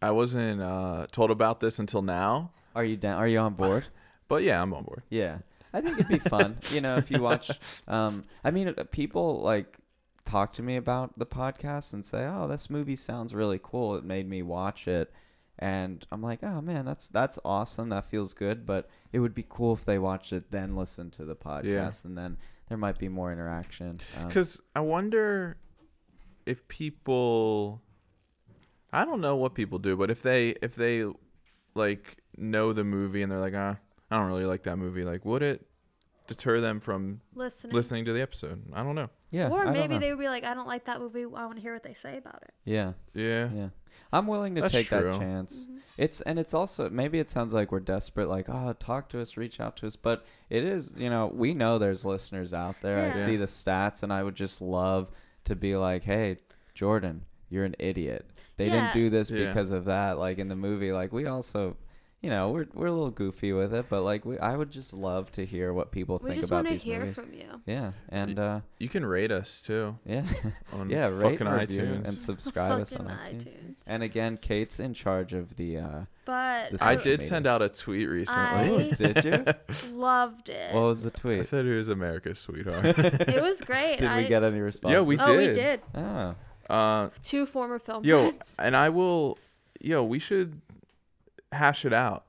I wasn't uh told about this until now.
are you down? Are you on board?
But yeah, I'm on board.
Yeah, I think it'd be fun. you know, if you watch, um, I mean, uh, people like talk to me about the podcast and say, "Oh, this movie sounds really cool. It made me watch it," and I'm like, "Oh man, that's that's awesome. That feels good." But it would be cool if they watched it, then listen to the podcast, and then there might be more interaction. Um,
Cuz I wonder if people I don't know what people do, but if they if they like know the movie and they're like, "Ah, I don't really like that movie." Like, would it deter them from
Listening.
listening to the episode? I don't know.
yeah, I
or
don't
maybe
know.
they would be like, I don't like that movie. I want to hear what they say about it.
yeah.
Yeah.
Yeah. I'm willing to
That's
take
true.
that chance.
Mm-hmm.
It's and it's also maybe it sounds like we're desperate, like, oh talk to us, reach out to us. But it is, you know, we know there's listeners out there. I
Yeah.
see
Yeah.
the stats and I would just love to be like, Hey, Jordan, you're an idiot. They didn't
Yeah.
do this
Yeah.
because of that. Like in the movie, like we also you know, we're we're a little goofy with it, but like we I would just love to hear what people
We
think
just
about
want to
these
hear
movies.
from you.
yeah. And uh
You can rate us too
yeah.
on
yeah, rate,
fucking
review,
iTunes.
and subscribe us on
Fucking
iTunes.
iTunes.
And again, Kate's in charge of the. Uh,
But
This
I
social
I
did
media.
send out a tweet recently.
Really?
did you?
loved it.
What was the
I
tweet?
said he was America's sweetheart.
it was great.
Did
I,
we get any response?
yeah, we did.
Oh, we did.
Oh,
Uh,
Two former film
yo,
friends.
and I will. Yo, we should hash it out.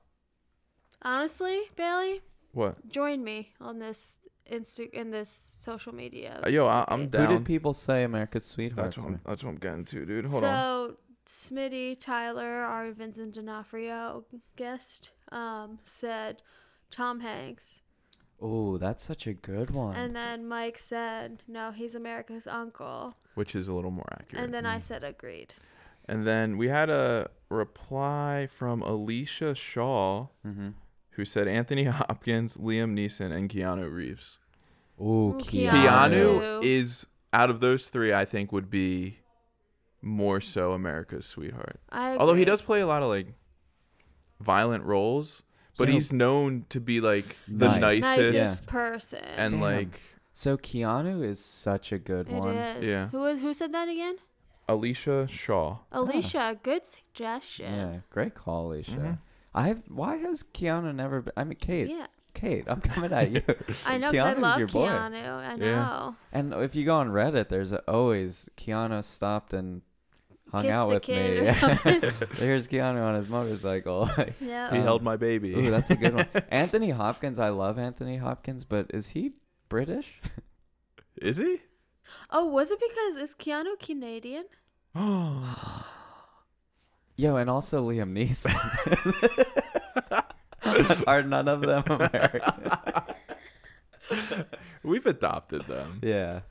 Honestly, Bailey,
What?
join me on this Insta in this social media.
Uh, Yo, I, I'm
debate.
down.
who did people say America's sweetheart?
that's what I'm, that's what I'm getting to, dude. Hold
so,
on.
Smitty, Tyler, our Vincent D'Onofrio guest, um, said Tom Hanks,
Oh, that's such a good one.
and then Mike said, "No, he's America's uncle,"
Which is a little more accurate.
and then I said, "Agreed."
And then we had a reply from Alicia Shaw,
Mm-hmm.
who said Anthony Hopkins, Liam Neeson, and Keanu Reeves.
Ooh,
Ooh,
Keanu.
Keanu
Keanu.
is out of those three, I think would be more so America's sweetheart.
I
Although he
agree.
does play a lot of like violent roles, but
Yeah.
he's known to be like the
Nice.
nicest,
nicest
Nicest.
person.
and
Damn.
like
So Keanu is such a good
it
one.
is.
Yeah.
Who was- who said that again?
Ah.
Alicia Shaw.
Alicia. Good suggestion.
Yeah, great call, Alicia.
Mm-hmm.
I've why has Keanu never been? I mean, Kate.
Yeah.
Kate, I'm coming at you.
I know because I
Keanu's
love
your boy.
Keanu. I know.
and if you go on Reddit, there's always Keanu stopped and hung
Kissed
out
a
with
kid
me.
or something.
Here's Keanu on his motorcycle.
yeah.
He
Um,
held my baby.
Ooh, that's a good one. Anthony Hopkins, I love Anthony Hopkins, but is he British?
Is he?
Oh, was it because is Keanu Canadian?
Yo, and also Liam Neeson. Are none of them American?
We've adopted them.
Yeah.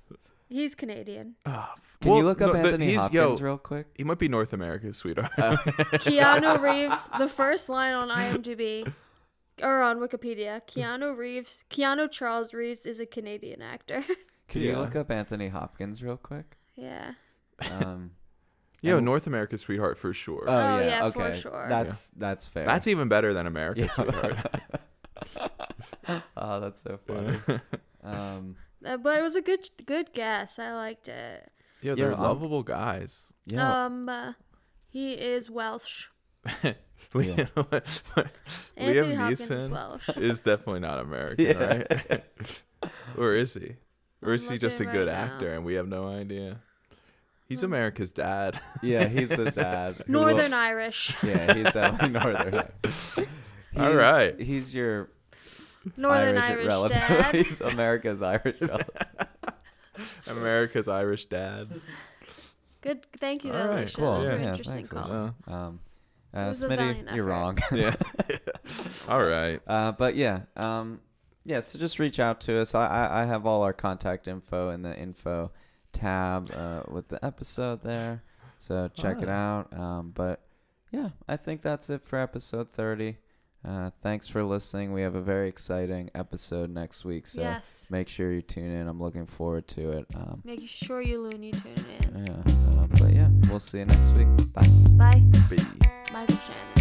He's Canadian.
Ah, f-
Can
well,
you look up
no, the-
Anthony
he's-
Hopkins Uh,
Yo,
real quick?
he might be North America's sweetheart.
Keanu Reeves, the first line on IMDb or on Wikipedia, Keanu Reeves, Keanu Charles Reeves is a Canadian actor.
Can you
Yeah.
look up Anthony Hopkins real quick?
yeah.
Um,
Yo,
and-
North America's sweetheart for sure.
Oh,
Oh,
yeah,
yeah, for
okay.
sure. Yeah.
That's that's fair.
That's even better than America's
Yeah.
sweetheart.
oh, that's so funny. Um,
Uh, but it was a good good guess. I liked it.
Yo, they're
um,
lovable guys.
yeah.
Um uh, he is Welsh.
Liam,
Anthony
Liam
Hopkins is
Neeson
Welsh.
is definitely not American,
Yeah.
right? or is he? Or
I'm
is he just a
looking
good
right now.
actor and we have no idea? He's
Um,
America's dad.
yeah, he's the dad. who will-
Northern Irish.
Yeah, he's definitely northern.
All
He's-
right.
He's your
Northern Irish,
Irish, relative.
dad.
he's America's Irish relative.
America's Irish dad.
Good. Thank you,
All
though,
right,
Alicia.
cool.
Those
Yeah.
were
Yeah,
interesting
thanks,
calls.
Alicia.
Uh,
Um, uh,
was a valiant
Smitty, you're
effort.
wrong.
yeah. All right.
Uh, but yeah, um, yeah. So just reach out to us. I, I, I have all our contact info in the info tab uh, with the episode there. So check it
Oh.
Alright.
out. Um, but yeah, I think that's it for episode thirty. Uh, thanks for listening. We have a very exciting episode next week,
uh,
so
Yes.
make sure you tune in. I'm looking forward to it. Um,
Make sure you loony tune in.
yeah, uh, but yeah, we'll see you next week. Bye.
Bye.
Be-
Michael Shannon.